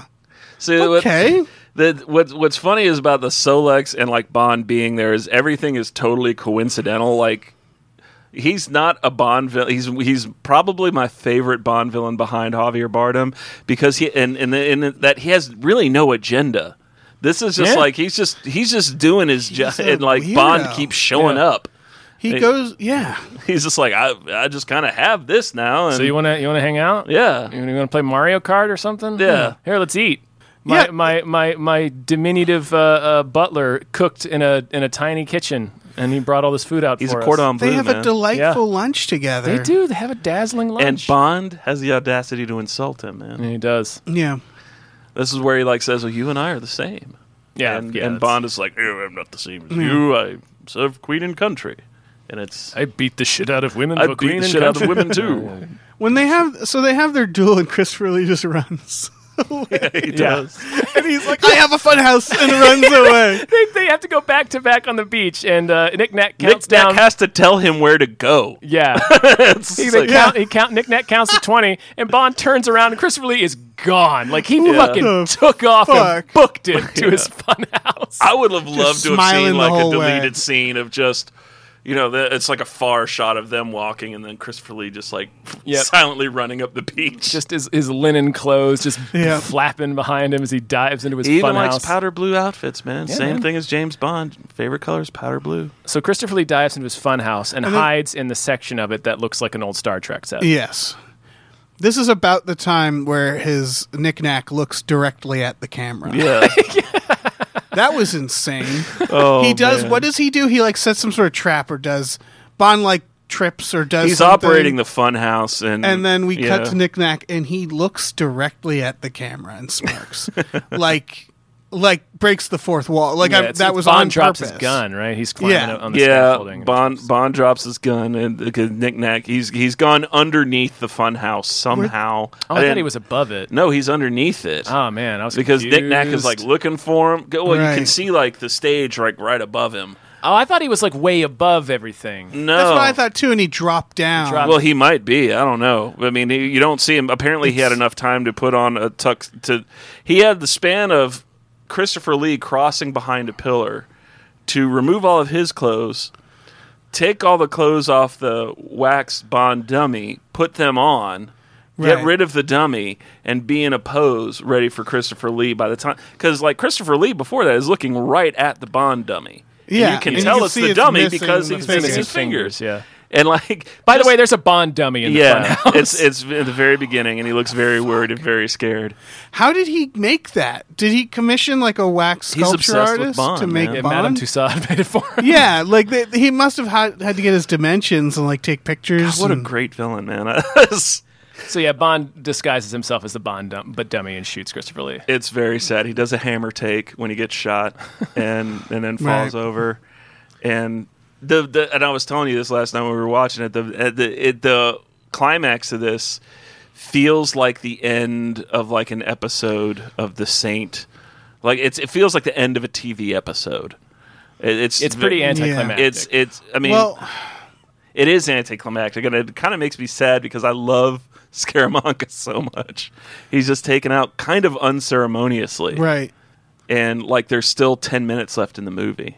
S4: So what-
S3: okay.
S4: The, what, what's funny is about the Solex and like Bond being there is everything is totally coincidental. Like he's not a Bond villain. He's he's probably my favorite Bond villain behind Javier Bardem because he and and, and that he has really no agenda. This is just
S2: Yeah.
S4: like he's just he's just doing his job,
S3: a
S4: and like Bond
S3: weirdo.
S4: keeps showing
S2: Yeah.
S4: up.
S3: He
S4: Hey.
S3: goes, yeah,
S4: He's just like I I just kind of have this now. And
S2: So you wanna you wanna hang out?
S4: yeah.
S2: You wanna play Mario Kart or something?
S4: Yeah.
S2: Here, let's eat. My
S3: Yeah.
S2: my my my diminutive uh, uh, butler cooked in a in a tiny kitchen, and he brought all this food out
S4: He's
S2: for
S4: a
S2: us.
S4: cordon bleu
S3: they have
S4: man.
S3: a delightful
S2: Yeah.
S3: lunch together.
S2: They do. They have a dazzling
S4: and
S2: lunch.
S4: Bond has the audacity to insult him, man.
S2: And he does.
S3: Yeah.
S4: This is where he like says, "Well, you and I are the same."
S2: Yeah.
S4: and,
S2: yeah,
S4: and
S2: that's-
S4: Bond is like, "Oh, I'm not the same as you. I serve queen and country, and it's
S2: I beat the shit out of women.
S4: I
S2: of a
S4: beat
S2: queen
S4: the
S2: and
S4: shit out of
S2: country.
S4: women too."
S3: When they have, so they have their duel, and Christopher Lee just runs.
S4: he
S2: Yeah.
S4: does.
S3: and he's like, I have a fun house, and runs away.
S2: they, they have to go back to back on the beach, and uh, Nick Nack counts
S4: Nick Nack
S2: down.
S4: has to tell him where to go.
S2: yeah,
S4: It's
S2: he,
S4: just
S2: they
S4: like-
S2: count, he count. Nick Nack counts to twenty, and Bond turns around, and Christopher Lee is gone. Like he fucking
S3: The
S2: took off and
S3: fuck?
S2: booked it to his fun house.
S4: I would have loved to have
S3: smiling
S4: seen
S3: the
S4: like a
S3: whole way.
S4: deleted scene of just. You know, the, it's like a far shot of them walking, and then Christopher Lee just like
S2: Yep.
S4: silently running up the beach.
S2: Just his, his linen clothes just
S3: Yeah.
S2: flapping behind him as he dives into his
S4: he even
S2: fun
S4: likes
S2: house.
S4: powder blue outfits, man. Same
S2: man.
S4: thing as James Bond. Favorite color is powder blue.
S2: So Christopher Lee dives into his fun house and,
S3: then-
S2: hides in the section of it that looks like an old Star Trek set.
S3: Yes. This is about the time where his knickknack looks directly at the camera.
S4: Yeah.
S3: That was insane.
S4: oh,
S3: he does.
S4: man.
S3: What does he do? He like sets some sort of trap, or does Bond like trips, or does
S4: He's
S3: something,
S4: operating the fun house and
S3: And then we
S4: yeah.
S3: cut to Nick Nack, and he looks directly at the camera and smirks, like, like breaks the fourth wall. Like
S2: Yeah,
S3: I,
S2: it's-
S3: that
S2: it's
S3: was
S2: Bond
S3: on
S2: drops
S3: purpose.
S2: his gun, right? He's climbing
S3: Yeah.
S2: up on the
S4: Yeah,
S2: scaffolding. and
S4: Bond
S2: drops-
S4: Bond drops his gun and uh, Nick Nack. He's he's gone underneath the fun house somehow.
S2: Oh, I thought
S4: didn't-
S2: he was above it.
S4: No, he's underneath it.
S2: Oh man, I was
S4: because Nick Nack is like
S2: confused.
S4: looking for him. Go- Well, you can
S3: Right.
S4: see like the stage like right above him.
S2: Oh, I thought he was like way above everything.
S4: No,
S3: That's what I thought too. And he dropped down.
S2: dropped-
S4: Well, he might be. I don't know. I mean, he, you don't see him. Apparently, he had enough time to put on a tux. To he had the span of Christopher Lee crossing behind a pillar to remove all of his clothes, take all the clothes off the wax Bond dummy, put them on. Get
S3: Right.
S4: rid of the dummy and be in a pose ready for Christopher Lee by the time. Because, like, Christopher Lee before that is looking right at the Bond dummy. And
S3: Yeah,
S4: you can
S3: and you
S4: tell
S3: can
S4: it's
S3: see
S4: the
S3: it's
S4: dummy
S3: missing
S4: because
S3: the
S4: he's
S3: fingers.
S4: missing his fingers.
S2: Fingers, yeah.
S4: And, like,
S2: By the
S4: just-
S2: way, there's a Bond dummy in the
S4: yeah,
S2: front house.
S4: it's it's at the very beginning, and he looks very worried and very scared.
S3: How did he make that? Did he commission like a wax
S4: He's
S3: sculpture
S4: obsessed with
S3: artist
S4: Bond,
S3: to make
S4: man.
S2: yeah,
S3: Bond?
S2: Madame Tussaud made it for him.
S3: yeah, like they, he must have had, had to get his dimensions and like take pictures.
S4: What a
S3: and-
S4: great villain, man!
S2: So yeah, Bond disguises himself as the Bond dum- but dummy and shoots Christopher Lee.
S4: it's very sad. He does a hammer take when he gets shot, and and then falls
S3: Right.
S4: over, and the, the and I was telling you this last night when we were watching it. The at the it, the climax of this feels like the end of like an episode of The Saint. Like it's it feels like the end of a TV episode. It- it's
S2: It's pretty anticlimactic.
S4: It's it's. I mean,
S3: well,
S4: it is anticlimactic, and it kind of makes me sad because I love Scaramanga so much. He's just taken out kind of unceremoniously,
S3: right.
S4: and like there's still ten minutes left in the movie.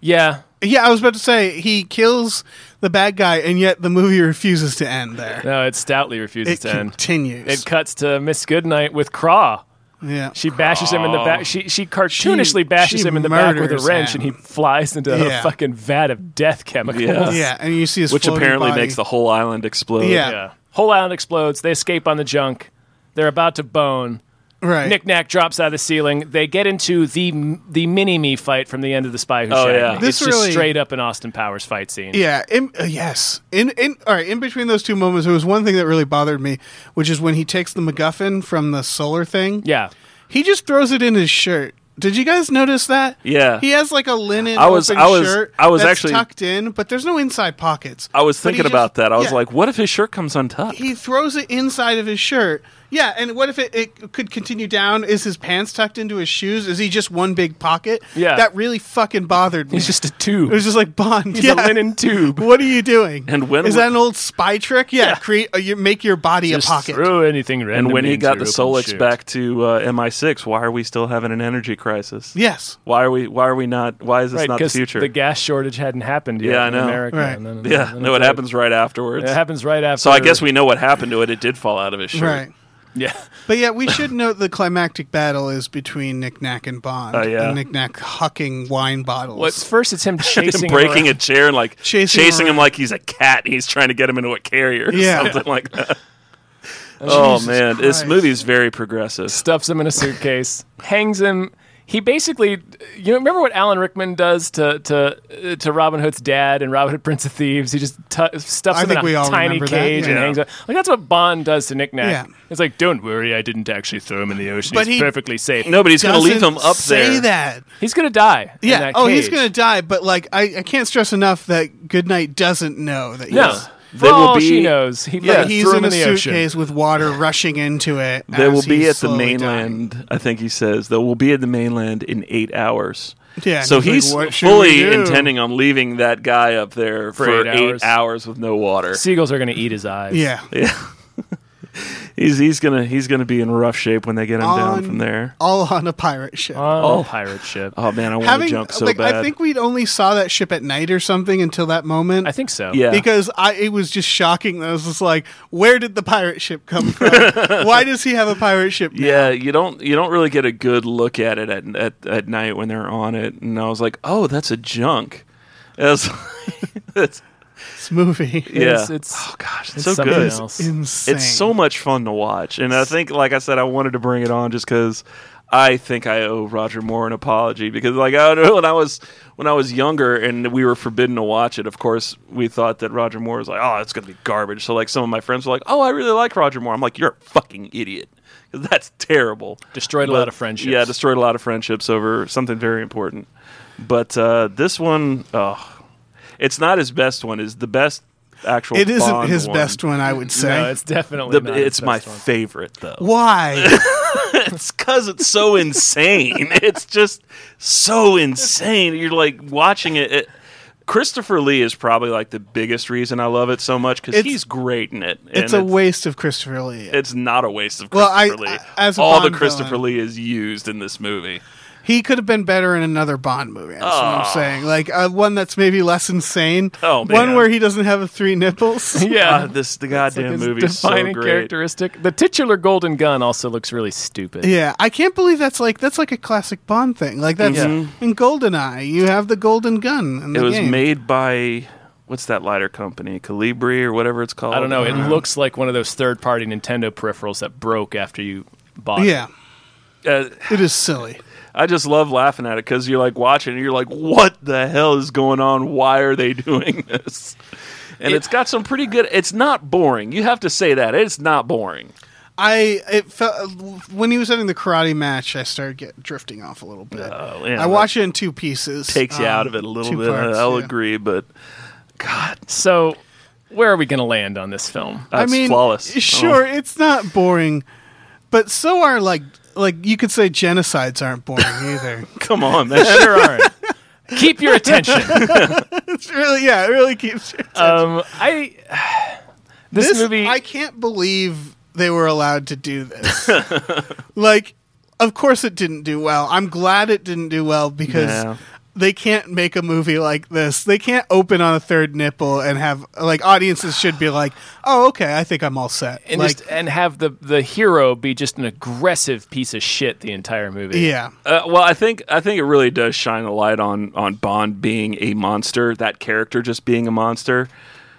S2: Yeah.
S3: Yeah, I was about to say he kills the bad guy, and yet the movie refuses to end there.
S2: No, it stoutly refuses
S3: It
S2: to end.
S3: continues.
S2: It cuts to Miss Goodnight with Craw.
S3: yeah,
S2: She bashes him in the back. She she cartoonishly
S3: Oh. She-
S2: bashes
S3: she
S2: him in the back with a
S3: murders
S2: wrench,
S3: him.
S2: and he flies into
S3: Yeah.
S2: a fucking vat of death chemicals.
S4: Yeah.
S3: yeah, and you see his
S4: which
S3: floating
S4: apparently
S3: body.
S4: makes the whole island explode.
S3: Yeah.
S2: Yeah. Whole island explodes. They escape on the junk. They're about to bone.
S3: right.
S2: Knick Knack drops out of the ceiling. They get into the the mini me fight from the end of the Spy Who
S4: Oh,
S2: Shagged
S4: yeah.
S2: Me.
S3: This
S2: it's
S3: really-
S2: just straight up an Austin Powers fight scene.
S3: Yeah. In, uh, yes. In in all right. In between those two moments, there was one thing that really bothered me, which is when he takes the MacGuffin from the solar thing.
S2: Yeah.
S3: He just throws it in his shirt. Did you guys notice that?
S4: Yeah.
S3: He has like a linen
S4: I was-
S3: open
S4: I was-
S3: shirt.
S4: I was
S3: that's
S4: actually-
S3: tucked in, but there's no inside pockets.
S4: I was
S3: But he
S4: thinking
S3: just-
S4: about that. I was
S3: yeah.
S4: like, what if his shirt comes untucked?
S3: he throws it inside of his shirt. Yeah, and what if it, it could continue down? Is his pants tucked into his shoes? Is he just one big pocket?
S2: Yeah.
S3: That really fucking bothered me.
S2: He's just a
S3: it was
S2: tube.
S3: just like Bond.
S2: He's
S3: yeah.
S2: a linen tube.
S3: What are you doing?
S4: And when
S3: is
S4: we-
S3: that an old spy trick? Yeah, create uh, you make your body
S2: Just
S3: a pocket.
S2: Throw anything random.
S4: and when he
S2: into
S4: got
S2: your
S4: the
S2: open
S4: Solix
S2: shoot.
S4: back to uh, MI6, why are we still having an energy crisis?
S3: Yes,
S4: Why are we? Why are we not? Why is this
S2: Right,
S4: not the
S2: 'cause
S4: future?
S2: The gas shortage hadn't happened yet
S4: Yeah, I
S2: in
S4: know.
S2: America.
S3: Right.
S2: and then-
S4: yeah,
S2: then
S4: no, it
S2: it's like-
S4: happens right
S2: It
S4: afterwards.
S2: happens right after.
S4: so I guess we know what happened to it. It did fall out of his shirt.
S3: right.
S2: Yeah.
S3: But yeah, we should note the climactic battle is between Nick Knack and Bond.
S4: Oh, yeah.
S3: and Nick Knack hucking wine bottles.
S2: Well, it's first it's him
S4: Him
S2: chasing
S4: breaking
S2: around.
S4: a chair and like
S3: Chasing
S4: chasing,
S3: him
S4: him,
S3: around.
S4: like he's a cat. He's trying to get him into a carrier or
S3: Yeah.
S4: something like that. oh
S3: Jesus
S4: man, this
S3: Christ.
S4: movie is very progressive.
S2: stuffs him in a suitcase, hangs him. He basically, you know, remember what Alan Rickman does to to uh, to Robin Hood's dad and Robin Hood Prince of Thieves? He just tu stuffs
S3: I
S2: him
S3: think
S2: in
S3: we
S2: a
S3: all
S2: tiny
S3: remember that,
S2: cage and
S4: yeah.
S2: hangs him. Like that's what Bond does to Nick Nack.
S3: Yeah.
S2: It's like, don't worry, I didn't actually throw him in the ocean.
S3: But
S2: he's
S3: he-
S2: perfectly safe.
S4: No, but he's going to leave
S3: Doesn't
S4: him up
S3: say
S4: there.
S3: that.
S2: he's gonna die. in
S3: Yeah.
S2: that
S3: Oh, he's
S2: cage.
S3: gonna die. But like, I, I can't stress enough that Goodnight doesn't know that.
S2: No,
S3: he's-
S2: for
S4: They will
S2: all she
S4: be-
S2: knows, he
S4: Yeah,
S2: like,
S3: he's
S2: threw
S3: in,
S2: him
S3: a
S2: in the
S3: suitcase
S2: ocean.
S3: with water rushing into it.
S4: They
S3: as
S4: will be
S3: he's
S4: at the
S3: slowly
S4: mainland. I think he says they will be at the mainland in eight hours.
S3: Yeah, and
S4: so
S3: he's
S4: he's
S3: like, "What should we
S4: fully
S3: do?"
S4: intending on leaving that guy up there for,
S2: eight
S4: eight,
S2: hours.
S4: hours. with no water.
S2: Seagulls are gonna eat his eyes.
S3: dying. Yeah.
S4: Yeah, he's he's gonna he's gonna be in rough shape when they get him
S3: On-
S4: down from there.
S3: All on a pirate ship.
S2: on
S4: Oh.
S2: a pirate ship.
S4: Oh man, I want to
S3: Having
S4: jump so
S3: like,
S4: bad.
S3: I think we'd only saw that ship at night or something until that moment.
S2: I think so.
S4: yeah,
S3: because I it was just shocking. I was just like, where did the pirate ship come from? Why does he have a pirate ship? now?
S4: yeah, you don't you don't really get a good look at it at at, at night when they're on it. And I was like, oh, that's a junk. That's that's-
S3: This movie
S4: yeah.
S2: It's, it's,
S4: oh gosh, it's,
S2: it's
S4: so
S2: something
S4: good.
S2: else.
S3: is insane.
S4: It's so much fun to watch. And I think, like I said, I wanted to bring it on just because I think I owe Roger Moore an apology because, like, I don't know when I was when I was younger and we were forbidden to watch it. Of course, we thought that Roger Moore was like, "Oh, it's gonna be garbage." So, like, some of my friends were like, "Oh, I really like Roger Moore." I'm like, "You're a fucking idiot." 'Cause That's terrible.
S2: Destroyed a
S4: But-
S2: lot of friendships.
S4: Yeah, destroyed a lot of friendships over something very important. But uh, this one, oh, it's not his best one. Is the best actual.
S3: It isn't
S4: Bond
S3: his
S4: one.
S3: best one, I would say.
S2: No, it's definitely
S4: The-
S2: not his
S4: it's my
S2: best one.
S4: favorite though.
S3: Why?
S4: It's because it's so insane. It's just so insane. You're like watching it. it Christopher Lee is probably like the biggest reason I love it so much because
S3: It's-
S4: he's great in it. And
S3: it's a waste of Christopher Lee.
S4: It's not a waste of
S3: Well, I-
S4: Christopher Lee.
S3: I- as a
S4: All
S3: Bond
S4: the Christopher
S3: villain-
S4: Lee is used in this movie.
S3: He could have been better in another Bond movie. That's what I'm saying. Like uh, one that's maybe less insane.
S4: Oh,
S3: one
S4: man.
S3: where he doesn't have three nipples.
S2: Yeah.
S4: God, Ah, this the
S2: It's like
S4: goddamn
S2: his
S4: movie is so
S2: defining
S4: great.
S2: characteristic. The titular golden gun also looks really stupid.
S3: yeah, I can't believe that's like that's like a classic Bond thing. Like that's
S4: Mhm.
S3: in GoldenEye, you have the golden gun. In the
S4: It was
S3: game.
S4: made by what's that lighter company, Calibri or whatever it's called.
S2: I don't know.
S3: Mm-hmm.
S2: It looks like one of those third-party Nintendo peripherals that broke after you bought it.
S3: Yeah,
S4: Uh,
S3: it is silly.
S4: I just love laughing at it because you're like watching, and you're like, "What the hell is going on? Why are they doing this?" And
S2: It-
S4: it's got some pretty good. It's not boring. You have to say that it's not boring.
S3: I it felt when he was having the karate match, I started get, drifting off a little bit.
S4: Oh, yeah,
S3: I
S4: that
S3: watched it in two pieces.
S4: Takes you
S3: um,
S4: out of it a little
S3: two
S4: bit.
S3: parts,
S4: I'll
S3: yeah.
S4: agree, but God,
S2: So, where are we going to land on this film?
S3: I
S4: that's
S3: mean,
S4: flawless.
S3: Sure, it's not boring, but so are like like you could say genocides aren't boring either.
S4: Oh, come on, man.
S2: Sure aren't. Keep your attention.
S3: it's really yeah, it really keeps. you-
S2: Um, I this, movie.
S3: I can't believe they were allowed to do this. like, of course it didn't do well. I'm glad it didn't do well because
S4: Yeah.
S3: they can't make a movie like this. They can't open on a third nipple and have like audiences should be like, "Oh, okay, I think I'm all set."
S2: and
S3: like,
S2: just and have the the hero be just an aggressive piece of shit the entire movie.
S3: yeah,
S4: Uh, well, I think I think it really does shine a light on on Bond being a monster, that character just being a monster,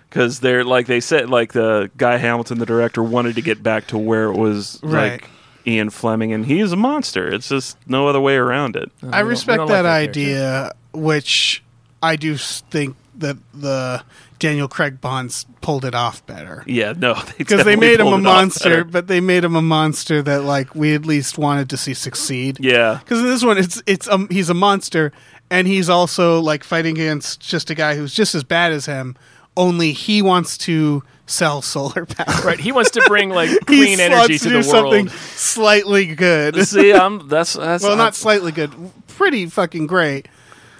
S4: because they're like they said, like the guy Hamilton, the director, wanted to get back to where it was
S3: Right.
S4: like Ian Fleming, and he's a monster. It's just no other way around it.
S3: I
S2: we
S3: respect
S2: don't like
S3: that,
S2: that
S3: idea, which I do s- think that the Daniel Craig Bonds pulled it off better.
S4: Yeah, no,
S3: Because
S4: definitely
S3: they made him
S4: pulled
S3: a
S4: it off
S3: monster,
S4: better.
S3: but they made him a monster that like we at least wanted to see succeed.
S4: Yeah,
S3: Because in this one, it's it's um he's a monster, and he's also like fighting against just a guy who's just as bad as him. Only he wants to sell solar power.
S2: Right. He wants to bring like
S3: He
S2: clean energy
S3: wants
S2: to, the
S3: something
S2: world.
S3: slightly good.
S4: see, I'm that's, that's
S3: well,
S4: I'm-
S3: not slightly good, pretty fucking great.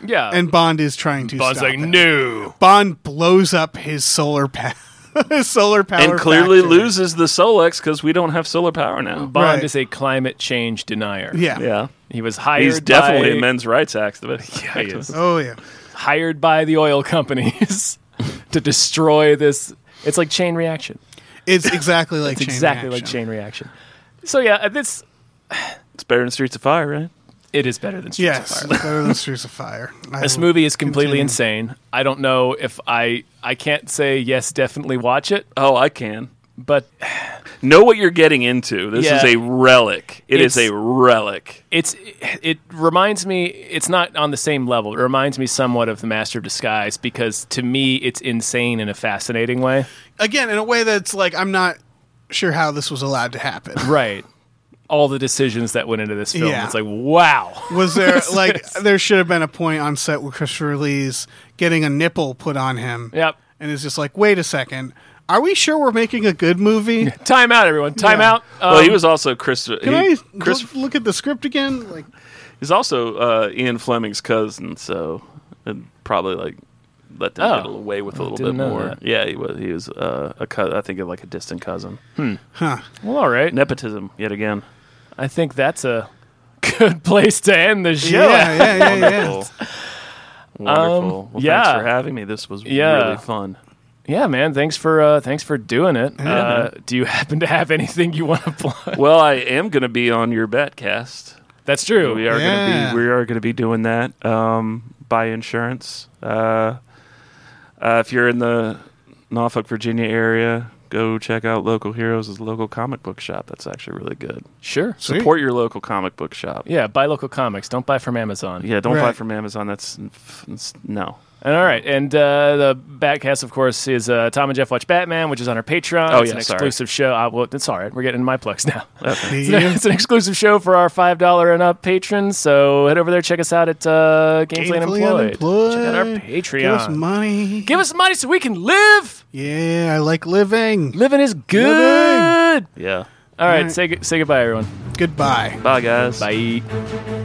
S2: Yeah.
S3: And Bond is trying to.
S2: Bond's
S3: stop
S2: like,
S3: it.
S2: no.
S3: Bond blows up his solar power. his solar power
S4: and clearly
S3: factory.
S4: loses the Solex because we don't have solar power now.
S2: Bond
S3: Right.
S2: is a climate change denier.
S3: Yeah.
S4: Yeah,
S2: He was hired.
S4: he's definitely
S2: by,
S4: a men's rights activist.
S2: Yeah, he is.
S3: Oh yeah.
S2: hired by the oil companies to destroy this. It's like chain reaction.
S3: It's exactly like
S2: It's
S3: chain
S2: exactly
S3: reaction.
S2: like chain reaction. So yeah, uh, this
S4: It's better than Streets of Fire, right?
S2: it is better than Streets of
S3: Yes,
S2: Fire.
S3: better than Streets of Fire. I
S2: This
S3: will-
S2: movie is completely
S3: continue.
S2: insane. I don't know if I I can't say yes, definitely watch it,
S4: Oh, I can.
S2: but
S4: know what you're getting into. This is
S2: Yeah.
S4: a relic. it's,
S2: It's-
S4: a relic.
S2: it's it reminds me it's not on the same level. It reminds me somewhat of The Master of Disguise because to me it's insane in a fascinating way.
S3: again in a way that's like I'm not sure how this was allowed to happen.
S2: Right. All the decisions that went into this film.
S3: Yeah.
S2: It's like wow.
S3: Was there like there should have been a point on set where Christopher Lee's getting a nipple put on him?
S2: Yep.
S3: and it's just like, wait a second, are we sure we're making a good movie?
S2: Time out, everyone. Time
S3: Yeah.
S2: out. Um,
S4: well, he was also Chris.
S3: Can
S4: he-
S3: I
S4: Chris
S3: look, look at the script again? Like,
S4: he's also uh, Ian Fleming's cousin, so it'd probably like let them
S2: Oh.
S4: get away with a little bit
S2: didn't know
S4: more.
S2: that.
S4: Yeah, he was. He was uh, a cousin. I think of like a distant cousin.
S2: well, all right.
S4: Nepotism yet again.
S2: I think that's a good place to end the show.
S3: yeah, yeah, yeah, yeah.
S4: Wonderful. Wonderful. well,
S2: Um, yeah.
S4: thanks for having me. This was
S2: Yeah.
S4: really fun.
S2: Yeah, man. Thanks for uh, thanks for doing it. uh, do you happen to have anything you want to plug?
S4: Well, I am going to be on your Betcast.
S2: That's true.
S4: We are
S3: Yeah.
S4: gonna be we are gonna be doing that. Um, buy insurance. Uh, uh, if you're in the Norfolk, Virginia area, go check out Local Heroes' local comic book shop. That's actually really good.
S2: sure.
S4: Support your local comic book shop.
S2: Yeah, buy local comics. Don't buy from Amazon.
S4: Yeah, don't buy
S3: Right.
S4: from Amazon. That's it's, no.
S2: And all right, and uh, the Batcast, of course, is uh, Tom and Jeff watch Batman, which is on our Patreon.
S4: Oh,
S2: it's
S4: yeah,
S2: an
S4: sorry.
S2: exclusive show. Uh, well, it's all right. We're getting my plugs now.
S3: the-
S2: It's an- it's an exclusive show for our five dollar and up patrons. So head over there, check us out at uh, Gamefully,
S3: Painfully
S2: Unemployed. Check out our
S3: unemployed.
S2: Patreon.
S3: Give us money.
S2: Give us money so we can live.
S3: yeah, I like living.
S2: Living is good.
S4: Yeah.
S2: All right, say say goodbye, everyone.
S3: Goodbye.
S4: Bye guys.
S2: Bye.